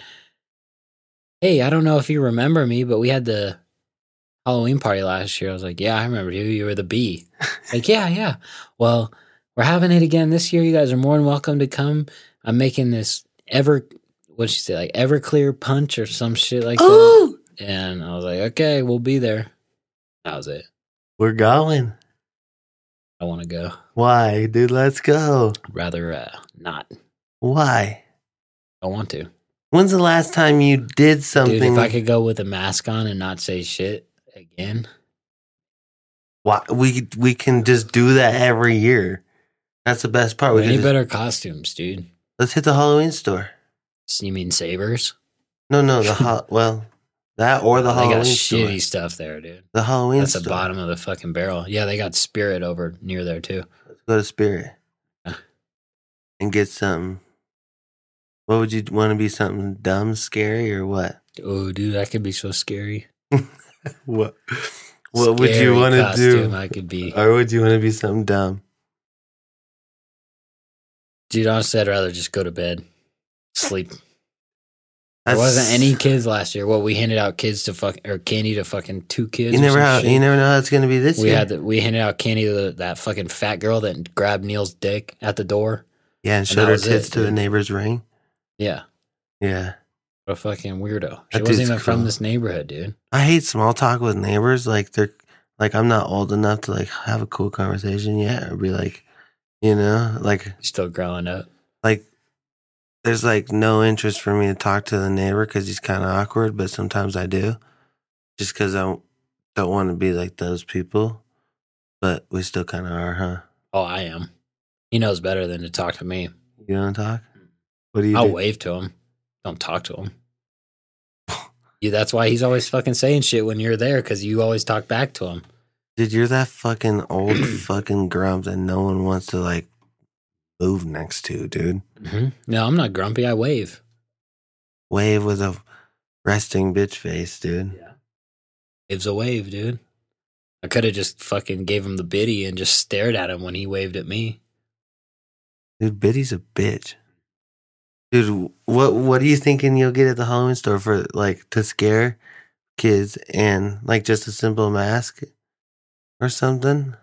Speaker 1: "Hey, I don't know if you remember me, but we had the Halloween party last year." I was like, "Yeah, I remember you. You were the bee." like, yeah, yeah. Well, we're having it again this year. You guys are more than welcome to come. I'm making this ever what'd she say, like Everclear punch or some shit like uh, that.
Speaker 2: Oh,
Speaker 1: And I was like, okay, we'll be there. That was it.
Speaker 2: we're going.
Speaker 1: I want to go.
Speaker 2: Why, dude? Let's go.
Speaker 1: Rather uh, not.
Speaker 2: Why?
Speaker 1: I want to.
Speaker 2: When's the last time you did something?
Speaker 1: Dude, if I could go with a mask on and not say shit again,
Speaker 2: Why, we we can just do that every year. That's the best part. We
Speaker 1: any
Speaker 2: can just,
Speaker 1: better costumes, dude?
Speaker 2: let's hit the Halloween store.
Speaker 1: S- You mean sabers?
Speaker 2: No, no, the ho- well, that or the
Speaker 1: they
Speaker 2: Halloween
Speaker 1: got
Speaker 2: store.
Speaker 1: shitty stuff there, dude.
Speaker 2: The Halloween
Speaker 1: That's
Speaker 2: store.
Speaker 1: the bottom of the fucking barrel. Yeah, they got Spirit over near there too.
Speaker 2: Let's go to Spirit
Speaker 1: Yeah.
Speaker 2: and get something. What would you want to be? Something dumb, scary, or what?
Speaker 1: Oh, dude, that could be so scary.
Speaker 2: What? What would you
Speaker 1: Scary
Speaker 2: want to
Speaker 1: costume
Speaker 2: do? Uh,
Speaker 1: I could be.
Speaker 2: Or would you want to be something dumb?
Speaker 1: Dude, honestly, I'd rather just go to bed, sleep. There wasn't any kids last year. Well, we handed out kids to fuck or candy to fucking two kids.
Speaker 2: You
Speaker 1: or
Speaker 2: never
Speaker 1: some
Speaker 2: how,
Speaker 1: shit.
Speaker 2: you never know how it's going to be this
Speaker 1: we
Speaker 2: year.
Speaker 1: had the, we handed out candy to the, that fucking fat girl that grabbed Neil's dick at the door.
Speaker 2: yeah, and
Speaker 1: that
Speaker 2: showed our
Speaker 1: was it,
Speaker 2: tits to the
Speaker 1: dude.
Speaker 2: neighbor's ring.
Speaker 1: Yeah,
Speaker 2: Yeah.
Speaker 1: what a fucking weirdo. She
Speaker 2: That
Speaker 1: wasn't
Speaker 2: dude's
Speaker 1: even from
Speaker 2: cool.
Speaker 1: this neighborhood, dude.
Speaker 2: I hate small talk with neighbors. Like they're like I'm not old enough to like have a cool conversation yet, or be like, you know, like
Speaker 1: Still growing up.
Speaker 2: like there's like no interest for me to talk to the neighbor because he's kind of awkward. But sometimes I do, just because I don't want to be like those people. But we still kind of are, huh?
Speaker 1: Oh, I am. He knows better than to talk to me.
Speaker 2: You don't talk. What do you?
Speaker 1: I'll
Speaker 2: do?
Speaker 1: wave to him. Don't talk to him. yeah, that's why he's always fucking saying shit when you're there because you always talk back to him.
Speaker 2: Dude, you're that fucking old fucking grump that no one wants to like move next to, dude.
Speaker 1: hmm No, I'm not grumpy. I wave.
Speaker 2: Wave with a resting bitch face, dude.
Speaker 1: Yeah. Wave's a wave, dude. I could have just fucking gave him the biddy and just stared at him when he waved at me.
Speaker 2: Dude, Biddy's a bitch. Dude, what what are you thinking you'll get at the Halloween store for like to scare kids and like just a simple mask or something?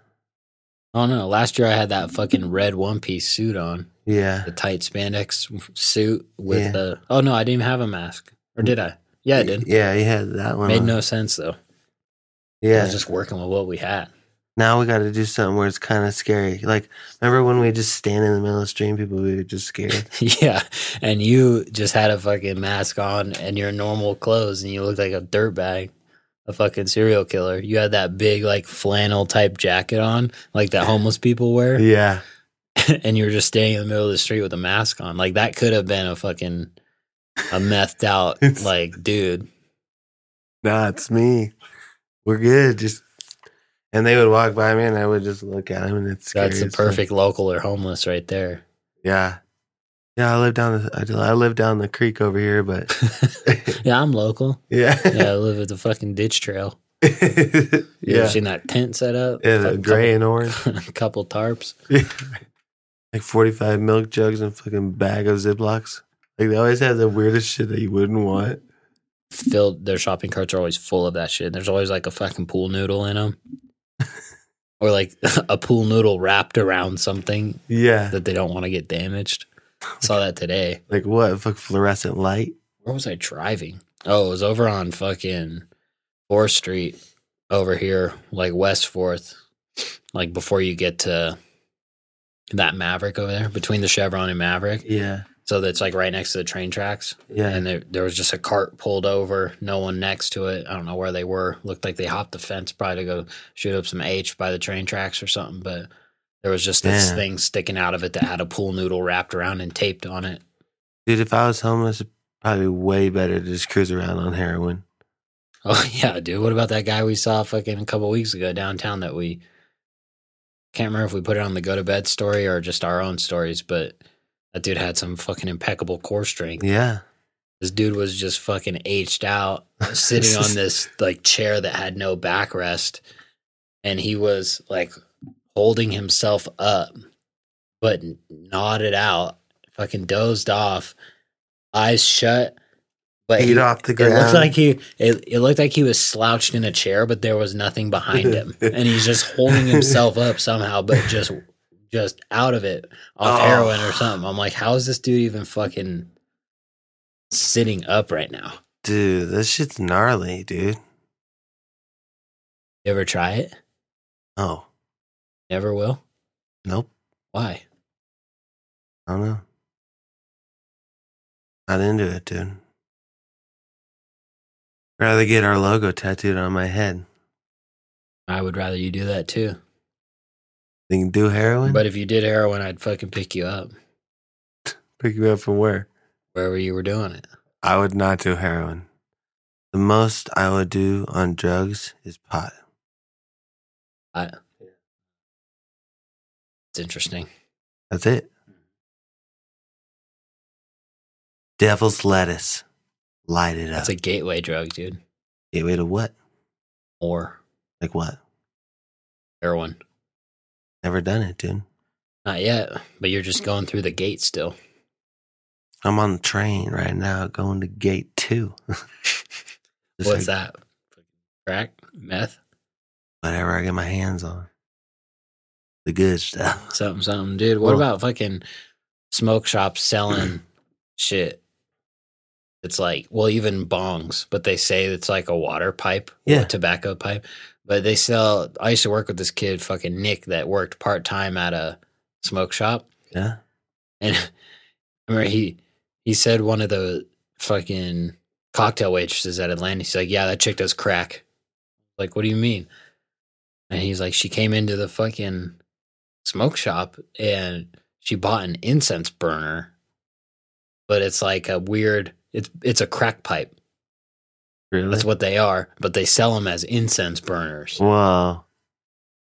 Speaker 1: Oh no! Last year I had that fucking red one piece suit on,
Speaker 2: Yeah.
Speaker 1: the tight spandex suit with
Speaker 2: Yeah.
Speaker 1: the. Oh no, I didn't even have a mask, or did I? Yeah, I did.
Speaker 2: Yeah, you had that one.
Speaker 1: Made
Speaker 2: on.
Speaker 1: no sense though. I
Speaker 2: uh-huh. yeah.
Speaker 1: was just working with what we had.
Speaker 2: now we got to do something where it's kind of scary. Like, remember when we just stand in the middle of the stream, people we were just scared.
Speaker 1: yeah, and you just had a fucking mask on and your normal clothes, and you looked like a dirtbag, a fucking serial killer. You had that big like flannel type jacket on, like that homeless people wear,
Speaker 2: yeah,
Speaker 1: and you were just standing in the middle of the street with a mask on. Like that could have been a fucking a methed out
Speaker 2: It's-
Speaker 1: like dude.
Speaker 2: nah, it's me. We're good. Just and they would walk by me, and I would just look at them, and it's scary.
Speaker 1: That's the
Speaker 2: as fuck.
Speaker 1: perfect local or homeless right there.
Speaker 2: Yeah, yeah. I live down the I do- I live down the creek over here, but
Speaker 1: yeah, I'm local.
Speaker 2: yeah,
Speaker 1: Yeah, I live at the fucking ditch trail.
Speaker 2: yeah,
Speaker 1: You ever
Speaker 2: yeah.
Speaker 1: seen that tent set up?
Speaker 2: the
Speaker 1: Fucking
Speaker 2: gray and orange,
Speaker 1: couple, couple tarps.
Speaker 2: like forty-five milk jugs and fucking bag of Ziplocs. Like they always have the weirdest shit that you wouldn't want.
Speaker 1: filled their shopping carts are always full of that shit. There's always like a fucking pool noodle in them. or like a pool noodle wrapped around something
Speaker 2: Yeah,
Speaker 1: that they don't want to get damaged. Saw that today.
Speaker 2: like what? Fuck fluorescent light.
Speaker 1: Where was I driving? Oh, it was over on fucking 4th Street over here, like West 4th, like before you get to that Maverick over there between the Chevron and Maverick.
Speaker 2: Yeah,
Speaker 1: So that's like right next to the train tracks.
Speaker 2: yeah.
Speaker 1: and there, there was just a cart pulled over, no one next to it. I don't know where they were. Looked like they hopped the fence probably to go shoot up some H by the train tracks or something, but there was just this
Speaker 2: Damn.
Speaker 1: thing sticking out of it that had a pool noodle wrapped around and taped on it.
Speaker 2: Dude, if I was homeless, it'd probably be way better to just cruise around on heroin.
Speaker 1: Oh yeah, dude. What about that guy we saw fucking a couple weeks ago downtown that we can't remember if we put it on the go to bed story or just our own stories, but that dude had some fucking impeccable core strength.
Speaker 2: Yeah.
Speaker 1: This dude was just fucking aged out, sitting on this like chair that had no backrest, and he was like holding himself up, but nodded out, fucking dozed off, eyes shut. But
Speaker 2: Eat
Speaker 1: he,
Speaker 2: off the
Speaker 1: it
Speaker 2: ground.
Speaker 1: looked like he it, it looked like he was slouched in a chair, but there was nothing behind him, and he's just holding himself up somehow, but just just out of it off
Speaker 2: Oh.
Speaker 1: heroin or something. I'm like, how is this dude even fucking sitting up right now?
Speaker 2: dude, this shit's gnarly, dude.
Speaker 1: You ever try it?
Speaker 2: Oh,
Speaker 1: Never will.
Speaker 2: nope.
Speaker 1: Why?
Speaker 2: I don't know. Not into it, dude. Rather get our logo tattooed on my head
Speaker 1: I would rather you do that too.
Speaker 2: than do heroin.
Speaker 1: But if you did heroin, I'd fucking pick you up
Speaker 2: Pick you up from where?
Speaker 1: wherever you were doing it.
Speaker 2: I would not do heroin. The most I would do on drugs is pot.
Speaker 1: It's interesting.
Speaker 2: That's it. Devil's lettuce. Light it up.
Speaker 1: That's a gateway drug, dude.
Speaker 2: gateway to what?
Speaker 1: Or
Speaker 2: Like what?
Speaker 1: heroin.
Speaker 2: Never done it, dude.
Speaker 1: Not yet, but you're just going through the gate still.
Speaker 2: I'm on the train right now going to gate two. Just
Speaker 1: What's
Speaker 2: like
Speaker 1: that? Crack? Meth?
Speaker 2: Whatever I get my hands on. The good stuff.
Speaker 1: Something, something. Dude, what
Speaker 2: Well-
Speaker 1: about fucking smoke shops selling shit? It's like, well, even bongs, but they say it's like a water pipe or
Speaker 2: Yeah.
Speaker 1: a tobacco pipe. But they sell, I used to work with this kid, fucking Nick, that worked part time at a smoke shop.
Speaker 2: Yeah.
Speaker 1: And I remember he he said one of the fucking cocktail waitresses at Atlanta. He's like, "Yeah, that chick does crack." Like, what do you mean? And he's like, she came into the fucking smoke shop and she bought an incense burner, but it's like a weird. It's it's a crack pipe.
Speaker 2: Really?
Speaker 1: That's what they are, but they sell them as incense burners.
Speaker 2: Whoa.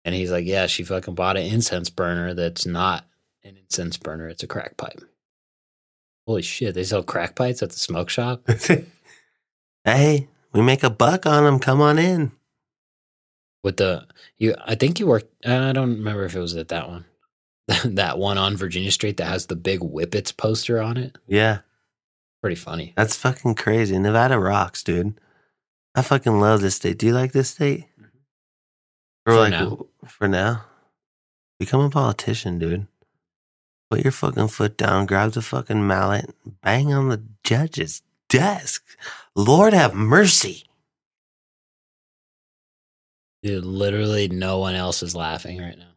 Speaker 1: And he's like, yeah, she fucking bought an incense burner that's not an incense burner. It's a crack pipe. Holy shit! They sell crack pipes at the smoke shop.
Speaker 2: hey, we make a buck on them. Come on in.
Speaker 1: With the you, I think you worked. I don't remember if it was at that one, that one on Virginia Street that has the big Whippets poster on it.
Speaker 2: Yeah,
Speaker 1: Pretty funny.
Speaker 2: that's fucking crazy. Nevada rocks, dude. I fucking love this state. Do you like this state? Or
Speaker 1: For
Speaker 2: like
Speaker 1: now.
Speaker 2: for now, become a politician, dude. Put your fucking foot down. Grab the fucking mallet. Bang on the judge's desk. Lord have mercy.
Speaker 1: Dude, literally no one else is laughing right now.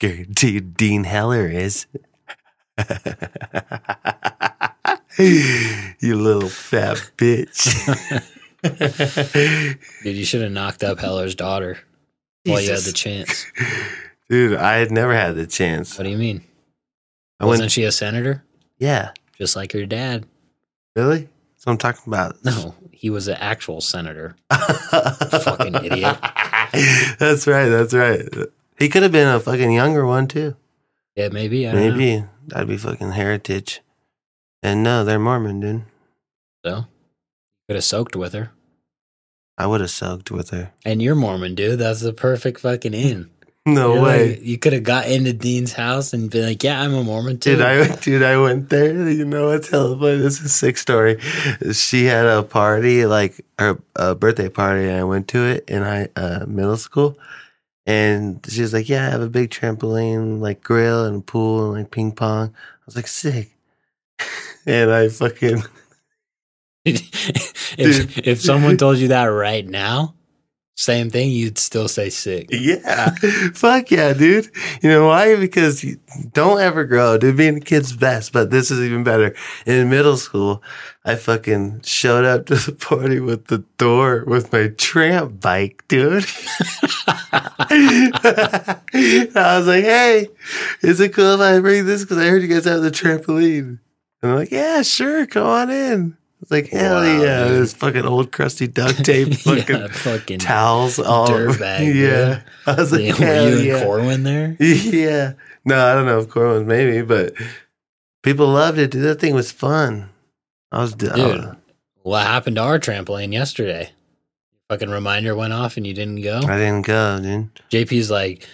Speaker 2: Guaranteed Dean Heller is. you little fat bitch.
Speaker 1: Dude, you should have knocked up Heller's daughter while you had the chance.
Speaker 2: Dude, I had never had the chance.
Speaker 1: What do you mean?
Speaker 2: I
Speaker 1: Wasn't
Speaker 2: went,
Speaker 1: she a senator?
Speaker 2: yeah,
Speaker 1: Just like her dad.
Speaker 2: really? That's what I'm talking about.
Speaker 1: No, he was an actual senator.
Speaker 2: fucking
Speaker 1: idiot.
Speaker 2: That's right. That's right. He could have been a fucking younger one too.
Speaker 1: Yeah, maybe. I don't
Speaker 2: Maybe that'd be fucking heritage. And no, they're Mormon, dude.
Speaker 1: know. So, could have soaked with her.
Speaker 2: I would have soaked with her.
Speaker 1: And you're Mormon, dude. That's the perfect fucking in.
Speaker 2: No
Speaker 1: You're
Speaker 2: way.
Speaker 1: like- you could have got into Dean's house and been like, "Yeah, I'm a Mormon too."
Speaker 2: Dude, I dude, I went there. You know what's hella funny? This is a sick story. She had a party, like her a birthday party, and I went to it in high uh, middle school. And she was like, "Yeah, I have a big trampoline, like grill and pool and like ping pong." I was like, "Sick." And I fucking
Speaker 1: if
Speaker 2: Dude.
Speaker 1: if someone told you that right now, same thing, you'd still say sick.
Speaker 2: yeah, fuck yeah, dude. You know why? Because you don't ever grow, dude. Being a kid's best, but this is even better. In middle school, I fucking showed up to the party with the door with my tramp bike, dude. I was like, hey, is it cool if I bring this? Because I heard you guys have the trampoline. And I'm like, yeah, sure, come on in. It's like, hell
Speaker 1: Wow,
Speaker 2: yeah.
Speaker 1: dude.
Speaker 2: This fucking old crusty duct tape, fucking
Speaker 1: yeah, fucking.
Speaker 2: towels all
Speaker 1: dirtbag,
Speaker 2: Yeah, I was like,
Speaker 1: Yeah,
Speaker 2: hell
Speaker 1: were you
Speaker 2: yeah,
Speaker 1: and Corwin there?
Speaker 2: yeah. No, I don't know if Corwin maybe, but people loved it. Dude, that thing was fun. I was dude.
Speaker 1: Dude. What happened to our trampoline yesterday? Fucking reminder went off and you didn't go.
Speaker 2: I didn't go, dude.
Speaker 1: JP's like,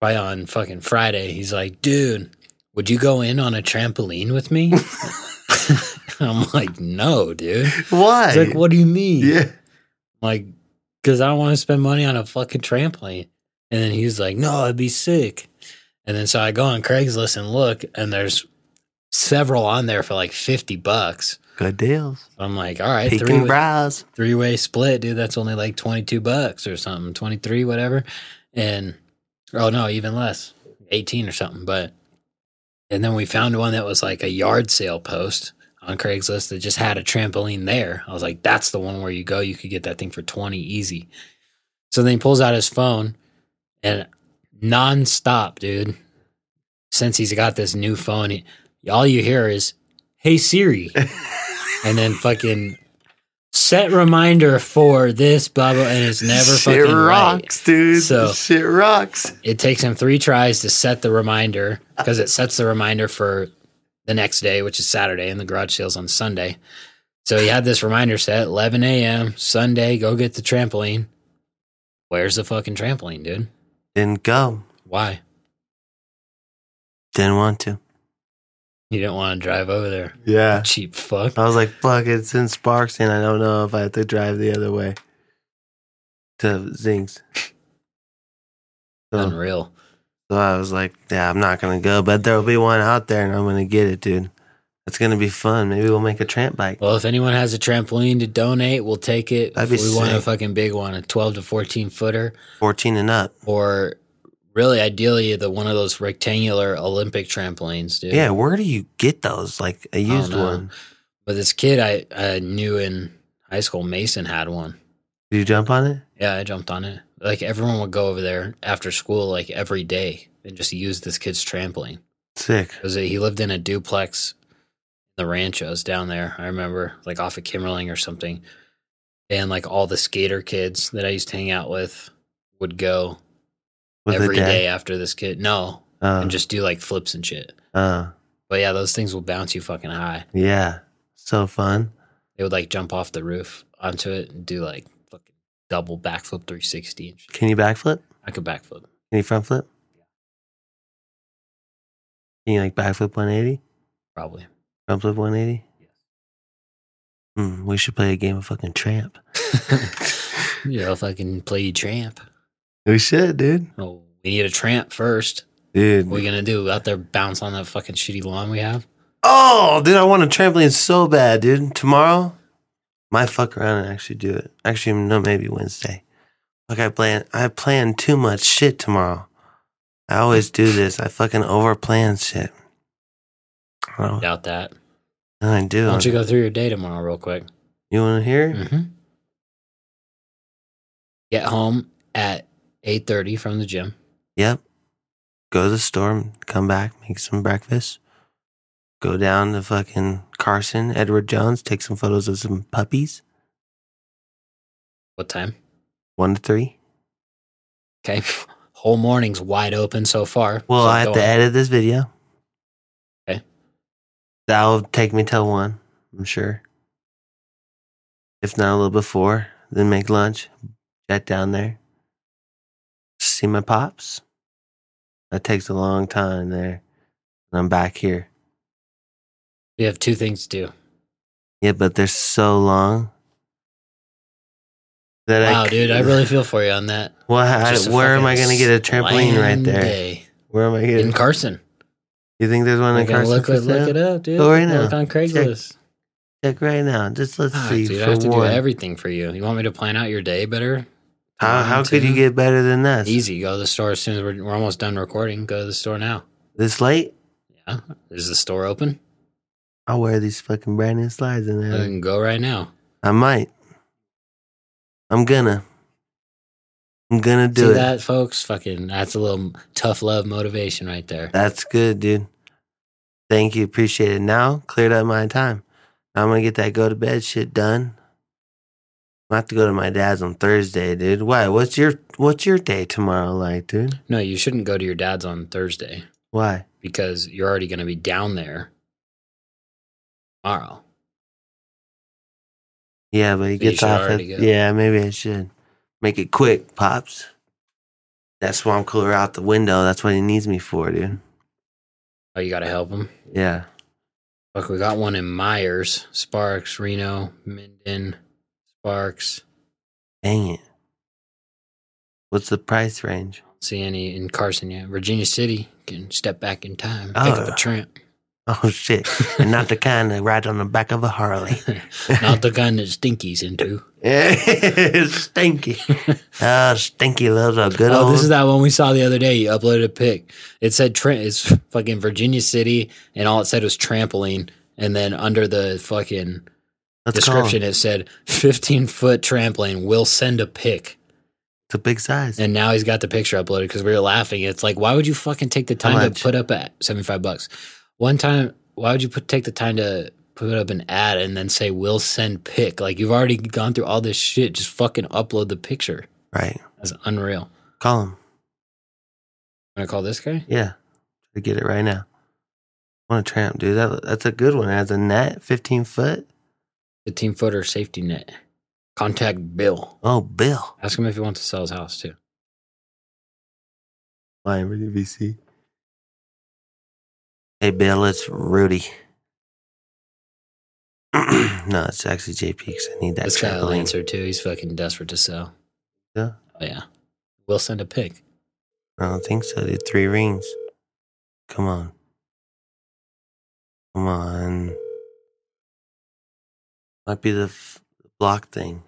Speaker 1: probably on fucking Friday, he's like, dude, would you go in on a trampoline with me? I'm like, no, dude.
Speaker 2: Why?
Speaker 1: He's like, what do you mean?
Speaker 2: Yeah,
Speaker 1: I'm like, because I don't want to spend money on a fucking trampoline. And then he's like, no, I'd be sick. And then so I go on Craigslist and look, and there's several on there for like 50 bucks.
Speaker 2: good deals.
Speaker 1: I'm like, all right,
Speaker 2: Peeking
Speaker 1: three,
Speaker 2: brows.
Speaker 1: three way split, dude. That's only like twenty two bucks or something, twenty three, whatever. And oh no, even less, eighteen or something. But and then we found one that was like a yard sale post on Craigslist that just had a trampoline there. I was like, that's the one where you go, you could get that thing for twenty easy. So then he pulls out his phone and nonstop, dude. Since he's got this new phone, he, all you hear is, "Hey Siri." and then fucking set reminder for this blah blah and it's never
Speaker 2: Shit
Speaker 1: fucking right.
Speaker 2: rocks, dude.
Speaker 1: So-
Speaker 2: Shit rocks.
Speaker 1: It takes him three tries to set the reminder because it sets the reminder for the next day, which is Saturday, and the garage sales on Sunday. So he had this reminder set 11 a.m. Sunday. Go get the trampoline. Where's the fucking trampoline, dude?
Speaker 2: Didn't go.
Speaker 1: Why
Speaker 2: Didn't want to.
Speaker 1: you didn't want to drive over there?
Speaker 2: Yeah.
Speaker 1: Cheap fuck.
Speaker 2: I was like, fuck, it's in Sparks, and I don't know if I have to drive the other way to Zinks. So,
Speaker 1: Unreal.
Speaker 2: so I was like, yeah, I'm not going to go, but there'll be one out there, and I'm going to get it, dude. It's going to be fun. Maybe we'll make a tramp bike.
Speaker 1: Well, if anyone has a trampoline to donate, we'll take it.
Speaker 2: That'd be
Speaker 1: we want a
Speaker 2: sick.
Speaker 1: fucking big one, a 12 to 14 footer.
Speaker 2: 14 and up.
Speaker 1: or really ideally the one of those rectangular Olympic trampolines, dude.
Speaker 2: Yeah, where do you get those? Like a used
Speaker 1: know.
Speaker 2: one.
Speaker 1: But this kid I, I knew in high school, Mason had one.
Speaker 2: Did you jump on it?
Speaker 1: Yeah, I jumped on it. Like everyone would go over there after school, like every day, and just use this kid's trampoline.
Speaker 2: Sick.
Speaker 1: Cause he lived in a duplex, in the ranchos down there. I remember, like off of Kimmerling or something, and like all the skater kids that I used to hang out with would go
Speaker 2: With
Speaker 1: every
Speaker 2: a dad?
Speaker 1: day after this kid. No,
Speaker 2: Uh,
Speaker 1: and just do like flips and shit.
Speaker 2: uh,
Speaker 1: But yeah, those things will bounce you fucking high.
Speaker 2: yeah. So fun.
Speaker 1: They would like jump off the roof onto it and do like fucking double backflip 360. And shit.
Speaker 2: Can you backflip?
Speaker 1: I could backflip.
Speaker 2: Can you front flip? Can you like backflip 180?
Speaker 1: Probably.
Speaker 2: Front flip 180? Hmm, we should play a game of fucking tramp.
Speaker 1: you know, if I can play you tramp.
Speaker 2: We should, dude.
Speaker 1: Oh, we need a tramp first.
Speaker 2: Dude.
Speaker 1: What are we gonna do? Out there bounce on that fucking shitty lawn we have?
Speaker 2: Oh, dude, I want a trampoline so bad, dude. Tomorrow, might fuck around and actually do it. Actually, no, maybe Wednesday. Like I plan, I plan too much shit tomorrow. I always do this. I fucking overplan shit. Oh,
Speaker 1: Doubt that.
Speaker 2: I do.
Speaker 1: Why don't you go through your day tomorrow real quick?
Speaker 2: You want to hear?
Speaker 1: hmm Get home at eight thirty from the gym.
Speaker 2: Yep. Go to the store, come back, make some breakfast. Go down to fucking Carson, Edward Jones, take some photos of some puppies.
Speaker 1: What time?
Speaker 2: One to three.
Speaker 1: Okay. Whole morning's wide open so far.
Speaker 2: Well,
Speaker 1: So
Speaker 2: I have
Speaker 1: go
Speaker 2: to
Speaker 1: on.
Speaker 2: edit this video.
Speaker 1: Okay.
Speaker 2: That'll take me till one, I'm sure. If not a little before, then make lunch, jet down there, see my pops. That takes a long time there. And I'm back here.
Speaker 1: We have two things to do.
Speaker 2: Yeah, but they're so long. That
Speaker 1: wow,
Speaker 2: c-
Speaker 1: dude, I really feel for you on that.
Speaker 2: Well, I-
Speaker 1: Just a
Speaker 2: where am
Speaker 1: fucking
Speaker 2: I going to get a trampoline right
Speaker 1: slam
Speaker 2: there?
Speaker 1: day.
Speaker 2: Where am I
Speaker 1: In
Speaker 2: getting?
Speaker 1: Carson.
Speaker 2: you think there's one
Speaker 1: We're
Speaker 2: in
Speaker 1: gonna
Speaker 2: Carson?
Speaker 1: look,
Speaker 2: for
Speaker 1: it- look
Speaker 2: sale?
Speaker 1: it up, dude.
Speaker 2: Go right
Speaker 1: Look
Speaker 2: now.
Speaker 1: on Craigslist.
Speaker 2: Check right now. Just let's
Speaker 1: Ah,
Speaker 2: see.
Speaker 1: dude,
Speaker 2: for
Speaker 1: I have to
Speaker 2: one.
Speaker 1: do everything for you. You want me to plan out your day better?
Speaker 2: How,
Speaker 1: One,
Speaker 2: how could you
Speaker 1: two.
Speaker 2: get better than this?
Speaker 1: Easy. Go to the store as soon as we're, we're almost done recording. Go to the store now.
Speaker 2: This late?
Speaker 1: Yeah. Is the store open?
Speaker 2: I'll wear these fucking brand new slides in
Speaker 1: I
Speaker 2: there.
Speaker 1: can go right now.
Speaker 2: I might. I'm gonna. I'm gonna do
Speaker 1: See
Speaker 2: it.
Speaker 1: that, folks? Fucking, that's a little tough love motivation right there.
Speaker 2: That's good, dude. Thank you. Appreciate it. Now, cleared up my time. Now I'm going to get that go to bed shit done. I have to go to my dad's on Thursday, dude. Why? What's your What's your day tomorrow like, dude?
Speaker 1: No, you shouldn't go to your dad's on Thursday
Speaker 2: Why?
Speaker 1: because you're already going to be down there tomorrow.
Speaker 2: Yeah, but he
Speaker 1: So you
Speaker 2: gets
Speaker 1: should
Speaker 2: off. At,
Speaker 1: already go.
Speaker 2: yeah, maybe I should make it quick, pops. That's why I'm cooler out the window. That's what he needs me for, dude.
Speaker 1: Oh, you got to help him.
Speaker 2: Yeah,
Speaker 1: Look, we got one in Myers, Sparks, Reno, Minden, Sparks.
Speaker 2: dang it. What's the price range?
Speaker 1: Don't see any in Carson yet. Virginia City can step back in time. Pick up
Speaker 2: Oh.
Speaker 1: a tramp.
Speaker 2: Oh shit! and not the kind that ride on the back of a Harley.
Speaker 1: Not the gun that Stinky's into.
Speaker 2: stinky. Oh, Stinky loves a good
Speaker 1: Oh,
Speaker 2: old.
Speaker 1: this is that one we saw the other day. You uploaded a pic. It said Trent is fucking Virginia City, and all it said was trampoline. And then under the fucking
Speaker 2: Let's call him.
Speaker 1: description, it said 15 foot trampoline. We'll send a pic.
Speaker 2: It's a big size.
Speaker 1: And now he's got the picture uploaded because we were laughing. It's like, why would you fucking take the time
Speaker 2: much?
Speaker 1: to put up at 75 bucks? One time, why would you put, take the time to put up an ad and then say, we'll send pic? Like, you've already gone through all this shit. Just fucking upload the picture.
Speaker 2: right.
Speaker 1: That's unreal.
Speaker 2: Call him.
Speaker 1: I'm going to call this guy.
Speaker 2: Yeah. Try to get it right now. want to tramp, dude. That, that's a good one. It has a net, 15 foot.
Speaker 1: 15 footer safety net. Contact Bill.
Speaker 2: Oh, Bill.
Speaker 1: Ask him if he wants to sell his house too.
Speaker 2: Lion Rudy VC. Hey, Bill, it's Rudy. no, it's actually JP because I need that
Speaker 1: this guy will
Speaker 2: trampoline.
Speaker 1: answer too. He's fucking desperate to sell.
Speaker 2: Yeah?
Speaker 1: Oh, yeah. We'll send a pic.
Speaker 2: I don't think so, dude. Three rings. Come on. Come on. Might be the f- block thing.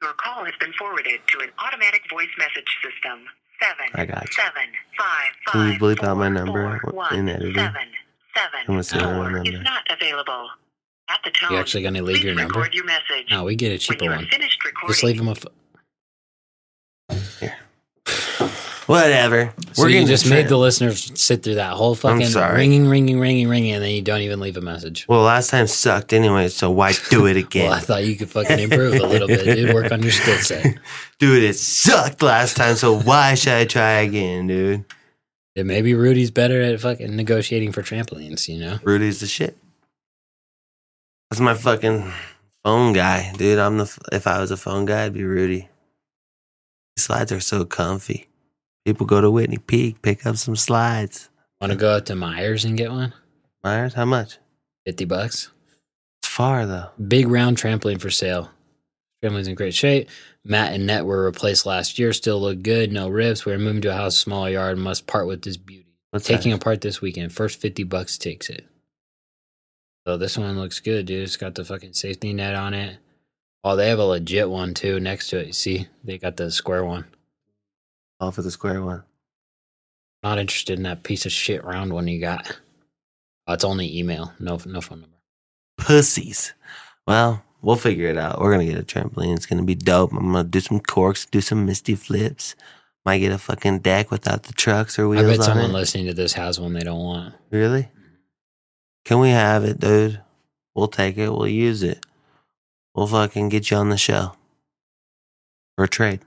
Speaker 6: Your call has been forwarded to an automatic voice message system. Seven.
Speaker 2: I got you.
Speaker 6: Seven, five, five,
Speaker 2: Can you bleep out my
Speaker 6: four,
Speaker 2: number
Speaker 6: four,
Speaker 2: in
Speaker 6: one,
Speaker 2: editing?
Speaker 6: Seven, seven,
Speaker 2: I'm gonna say my
Speaker 6: four
Speaker 2: number.
Speaker 6: is not available. At the tone,
Speaker 1: You actually going to
Speaker 6: please
Speaker 1: leave your number?
Speaker 6: record your message.
Speaker 1: No, we get a
Speaker 6: when
Speaker 1: cheaper
Speaker 6: you are
Speaker 1: one.
Speaker 6: finished recording,
Speaker 1: Just leave him a. F-
Speaker 2: Whatever.
Speaker 1: so you
Speaker 2: getting
Speaker 1: just
Speaker 2: the
Speaker 1: made the
Speaker 2: tramp.
Speaker 1: listeners sit through that whole fucking
Speaker 2: sorry.
Speaker 1: ringing, ringing, ringing, ringing, and then you don't even leave a message.
Speaker 2: Well, last time sucked anyway, so why do it again?
Speaker 1: Well, I thought you could fucking improve a little bit, dude. Work on your skill set.
Speaker 2: Dude, it sucked last time, so why should I try again, dude?
Speaker 1: Yeah, maybe Rudy's better at fucking negotiating for trampolines, you know?
Speaker 2: Rudy's the shit. That's my fucking phone guy, dude. I'm the if I was a phone guy, I'd be Rudy. These slides are so comfy. People go to Whitney Peak, pick up some slides.
Speaker 1: Want to go out to Myers and get one?
Speaker 2: Myers, how much?
Speaker 1: 50 bucks.
Speaker 2: It's far though.
Speaker 1: Big round trampoline for sale. Trampoline's in great shape. Matt and net were replaced last year, still look good, no rips. We're moving to a house, smaller yard, must part with this beauty.
Speaker 2: What's
Speaker 1: Taking
Speaker 2: that?
Speaker 1: apart this weekend. First 50 bucks takes it. So this one looks good, dude. It's got the fucking safety net on it. Oh, they have a legit one too next to it. You see? They got the square one.
Speaker 2: all for the square one.
Speaker 1: Not interested in that piece of shit round one you got. Oh, it's only email, no no phone number.
Speaker 2: Pussies. Well, we'll figure it out. We're gonna get a trampoline. It's gonna be dope. I'm gonna do some corks, do some misty flips. Might get a fucking deck without the trucks or wheels
Speaker 1: I bet
Speaker 2: on
Speaker 1: someone
Speaker 2: it.
Speaker 1: listening to this has one they don't want.
Speaker 2: Really? Can we have it, dude? We'll take it. We'll use it. We'll fucking get you on the show for a trade.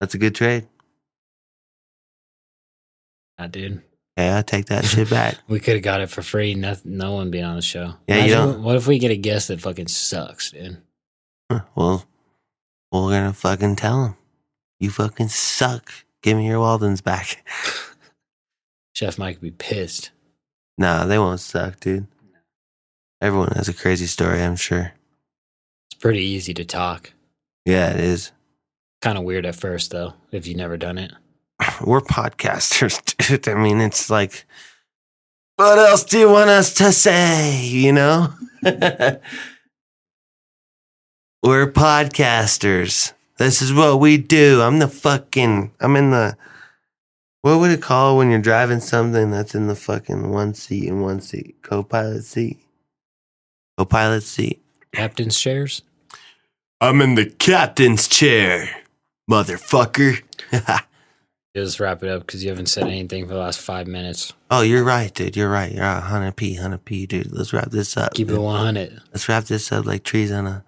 Speaker 2: That's a good trade.
Speaker 1: Ah, dude.
Speaker 2: Yeah, I take that shit back.
Speaker 1: We could have got it for free. No, no one being on the show.
Speaker 2: Yeah, you
Speaker 1: Imagine
Speaker 2: don't-
Speaker 1: What if we get a guest that fucking sucks, dude?
Speaker 2: Huh, well, we're gonna fucking tell him. You fucking suck. Give me your Waldens back.
Speaker 1: Chef Mike would be pissed.
Speaker 2: nah, they won't suck, dude. Everyone has a crazy story, I'm sure.
Speaker 1: It's pretty easy to talk.
Speaker 2: Yeah, it is.
Speaker 1: Kind of weird at first, though, if you've never done it.
Speaker 2: we're podcasters, dude. I mean, it's like, what else do you want us to say? You know, we're podcasters. This is what we do. I'm the fucking. I'm in the. What would it call when you're driving something that's in the fucking one seat and one seat co-pilot seat? Co-pilot seat.
Speaker 1: Captain's chairs?
Speaker 2: I'm in the captain's chair, motherfucker.
Speaker 1: Just wrap it up because you haven't said anything for the last five minutes.
Speaker 2: Oh, you're right, dude. You're right. You're right. 100p, 100p, dude. Let's wrap this up.
Speaker 1: Keep it
Speaker 2: dude.
Speaker 1: 100.
Speaker 2: Let's wrap this up like trees on a.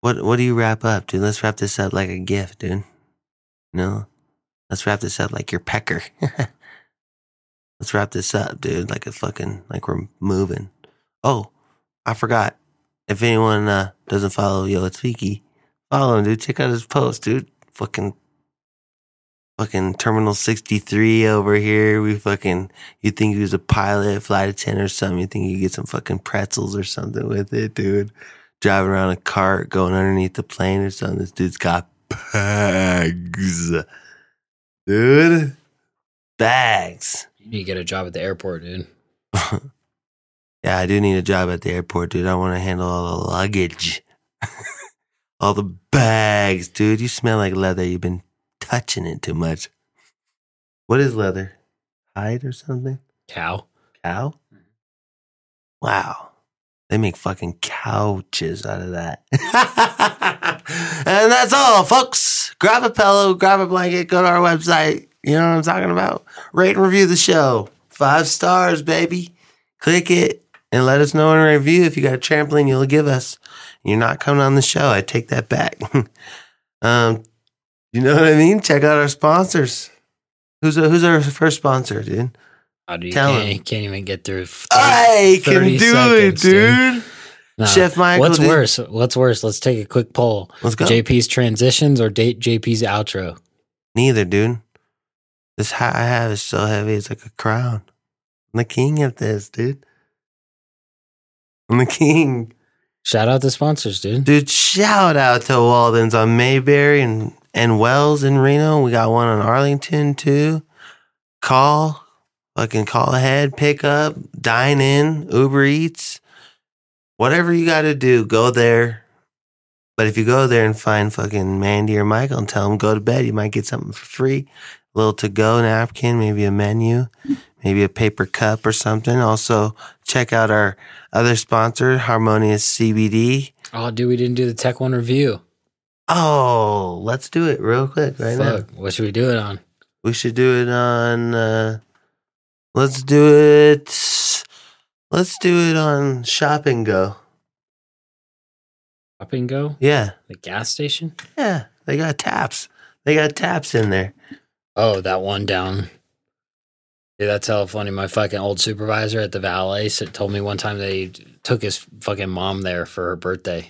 Speaker 2: What What do you wrap up, dude? Let's wrap this up like a gift, dude. No, let's wrap this up like your pecker. let's wrap this up, dude. Like a fucking like we're moving. Oh, I forgot. If anyone uh, doesn't follow Yo It's Peaky, follow him, dude. Check out his post, dude. Fucking. Fucking Terminal 63 over here. We fucking you think he was a pilot, flight attendant or something. You think you get some fucking pretzels or something with it, dude. Driving around a cart, going underneath the plane or something. This dude's got bags. Dude. Bags.
Speaker 1: You need to get a job at the airport, dude.
Speaker 2: yeah, I do need a job at the airport, dude. I want to handle all the luggage. all the bags, dude. You smell like leather. You've been touching it too much. What is leather? Hide or something?
Speaker 1: Cow?
Speaker 2: cow? Wow. They make fucking couches out of that. and that's all, folks. Grab a pillow, grab a blanket, go to our website. You know what I'm talking about? Rate and review the show. Five stars, baby. Click it and let us know in a review if you got a trampoline you'll give us. You're not coming on the show. I take that back. um, you know what I mean? Check out our sponsors. Who's who's our first sponsor, dude?
Speaker 1: Oh, dude, you
Speaker 2: Tell
Speaker 1: can't,
Speaker 2: him.
Speaker 1: you can't even get through. f-
Speaker 2: I can
Speaker 1: 30
Speaker 2: do
Speaker 1: seconds,
Speaker 2: it, dude.
Speaker 1: No.
Speaker 2: Chef Michael,
Speaker 1: What's
Speaker 2: dude.
Speaker 1: worse? What's worse? Let's take a quick poll.
Speaker 2: Let's go.
Speaker 1: JP's transitions or date JP's outro?
Speaker 2: Neither, dude. This hat I have is so heavy, it's like a crown. I'm the king of this, dude. I'm the king.
Speaker 1: Shout out to sponsors, dude.
Speaker 2: Dude, shout out to Walden's on Mayberry and, and Wells in Reno. We got one on Arlington, too. Call, fucking call ahead, pick up, dine in, Uber Eats. Whatever you got to do, go there. But if you go there and find fucking Mandy or Michael and tell them go to bed, you might get something for free. A little to go napkin, maybe a menu, maybe a paper cup or something. Also, check out our other sponsor, Harmonious CBD.
Speaker 1: Oh, dude, we didn't do the Tech One review.
Speaker 2: Oh, let's do it real quick right now.
Speaker 1: Fuck. What should we do it on?
Speaker 2: We should do it on. Uh, let's do it. Let's do it on Shop and Go.
Speaker 1: Up and go?
Speaker 2: Yeah,
Speaker 1: The gas station?
Speaker 2: yeah. They got taps. They got taps in there.
Speaker 1: Oh, that one down. Dude, that's hella funny. My fucking old supervisor at the valet said, told me one time they took his fucking mom there for her birthday.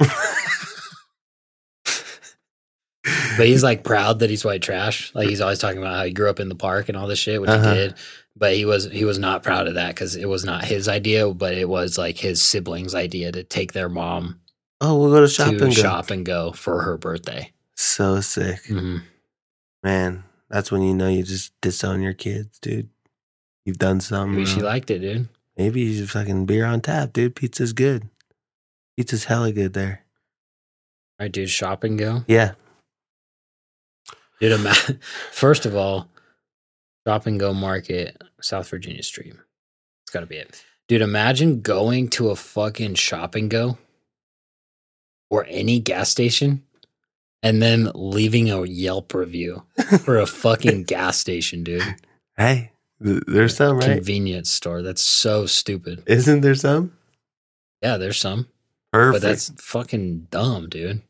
Speaker 1: but he's like proud that he's white trash. Like he's always talking about how he grew up in the park and all this shit, which
Speaker 2: Uh-huh.
Speaker 1: he did. But he was he was not proud of that because it was not his idea, but it was like his siblings' idea to take their mom
Speaker 2: Oh, we'll go to shop
Speaker 1: to
Speaker 2: and go.
Speaker 1: shop and go for her birthday.
Speaker 2: So sick,
Speaker 1: Mhm.
Speaker 2: man. That's when you know you just disown your kids, dude. You've done something.
Speaker 1: Maybe she
Speaker 2: wrong.
Speaker 1: liked it, dude.
Speaker 2: Maybe you should fucking beer on tap, dude. Pizza's good. Pizza's hella good there.
Speaker 1: All right, dude, shop and go.
Speaker 2: Yeah.
Speaker 1: Dude, ima- first of all, Shop and Go Market, South Virginia Street. It's got to be it. Dude, imagine going to a fucking Shop and Go or any gas station and then leaving a Yelp review for a fucking gas station, dude.
Speaker 2: Hey, th- there's some, right?
Speaker 1: Convenience store. That's so stupid.
Speaker 2: Isn't there some?
Speaker 1: Yeah, there's some,
Speaker 2: Perfect.
Speaker 1: but that's fucking dumb, dude.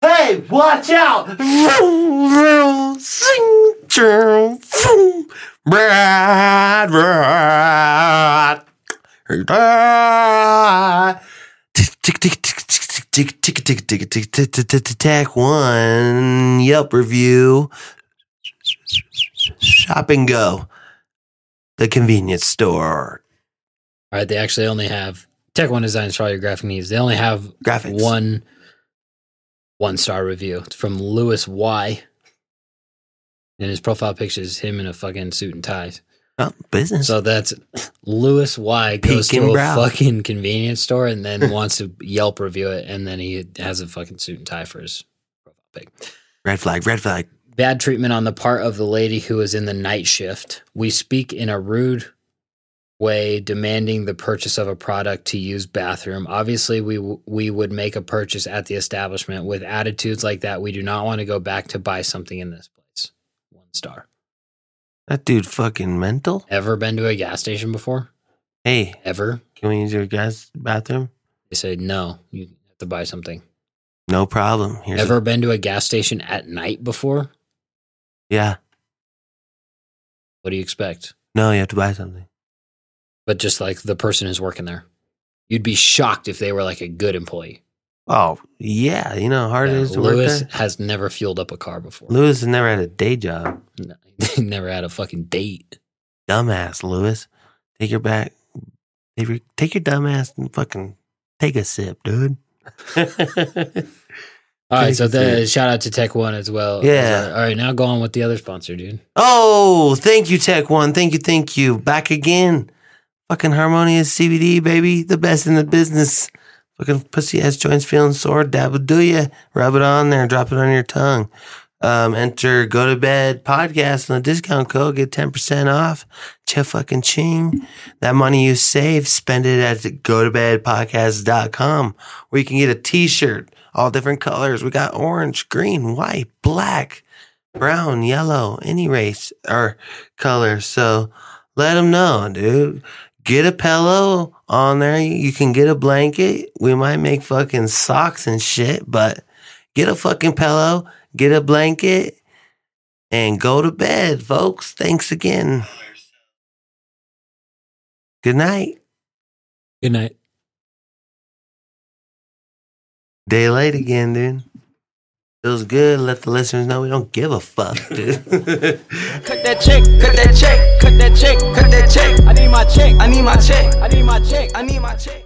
Speaker 2: Hey, watch out! Vroom, vroom, zing, chirr, vroom. Brad, Brad. Brad. Tick, tick, tick, tick, tick, tick, tick, tick, tick, tick, tick, tick, tick, tick, tick, tick. One Yelp review. Shop and go. The convenience store.
Speaker 1: All right, they actually only have Tech One Designs for all your graphic needs. They only have
Speaker 2: Graphics.
Speaker 1: one one star review It's from Lewis Y. And his profile picture is him in a fucking suit and tie.
Speaker 2: Oh, business.
Speaker 1: So that's Lewis Y goes
Speaker 2: Peak and
Speaker 1: to a
Speaker 2: brow.
Speaker 1: fucking convenience store and then wants to Yelp review it, and then he has a fucking suit and tie for his profile pic.
Speaker 2: Red flag, red flag.
Speaker 1: Bad treatment on the part of the lady who was in the night shift. We speak in a rude way, demanding the purchase of a product to use bathroom. Obviously, we w- we would make a purchase at the establishment with attitudes like that. We do not want to go back to buy something in this place. One star.
Speaker 2: That dude fucking mental.
Speaker 1: Ever been to a gas station before?
Speaker 2: Hey,
Speaker 1: Ever?
Speaker 2: Can we use your guys' bathroom?
Speaker 1: They say no. You have to buy something.
Speaker 2: No problem. Here's
Speaker 1: Ever been to a gas station at night before?
Speaker 2: yeah.
Speaker 1: What do you expect?
Speaker 2: No, you have to buy something.
Speaker 1: But just like the person who's working there, you'd be shocked if they were like a good employee.
Speaker 2: Oh, yeah. You know how hard
Speaker 1: Yeah,
Speaker 2: it is to
Speaker 1: Lewis
Speaker 2: work there?
Speaker 1: has never fueled up a car before.
Speaker 2: Lewis has never had a day job.
Speaker 1: No, he never had a fucking date.
Speaker 2: Dumbass, Lewis. Take your back. Take your, take your dumbass and fucking take a sip, dude.
Speaker 1: All right, so
Speaker 2: Crazy
Speaker 1: the
Speaker 2: shit.
Speaker 1: shout out to Tech One as well.
Speaker 2: Yeah.
Speaker 1: All right, now go on with the other sponsor, dude.
Speaker 2: oh, thank you, Tech One. Thank you, thank you. Back again. Fucking harmonious CBD, baby. The best in the business. Fucking pussy ass joints feeling sore. Dabble do ya. Rub it on there. Drop it on your tongue. Um, enter go to bed podcast on the discount code. Get 10% off. Cha fucking ching. That money you save, spend it at gotobedpodcast.com where you can get a t shirt, all different colors. We got orange, green, white, black, brown, yellow, any race or color. So let them know, dude. Get a pillow on there. You can get a blanket. We might make fucking socks and shit, but get a fucking pillow, get a blanket, and go to bed, folks. Thanks again. Good night.
Speaker 1: Good night.
Speaker 2: Day late again, dude. Feels good. Let the listeners know we don't give a fuck, dude.
Speaker 7: Cut that check, cut that check, cut that check, cut that check. I need my check, I need my check, I need my check, I need my check.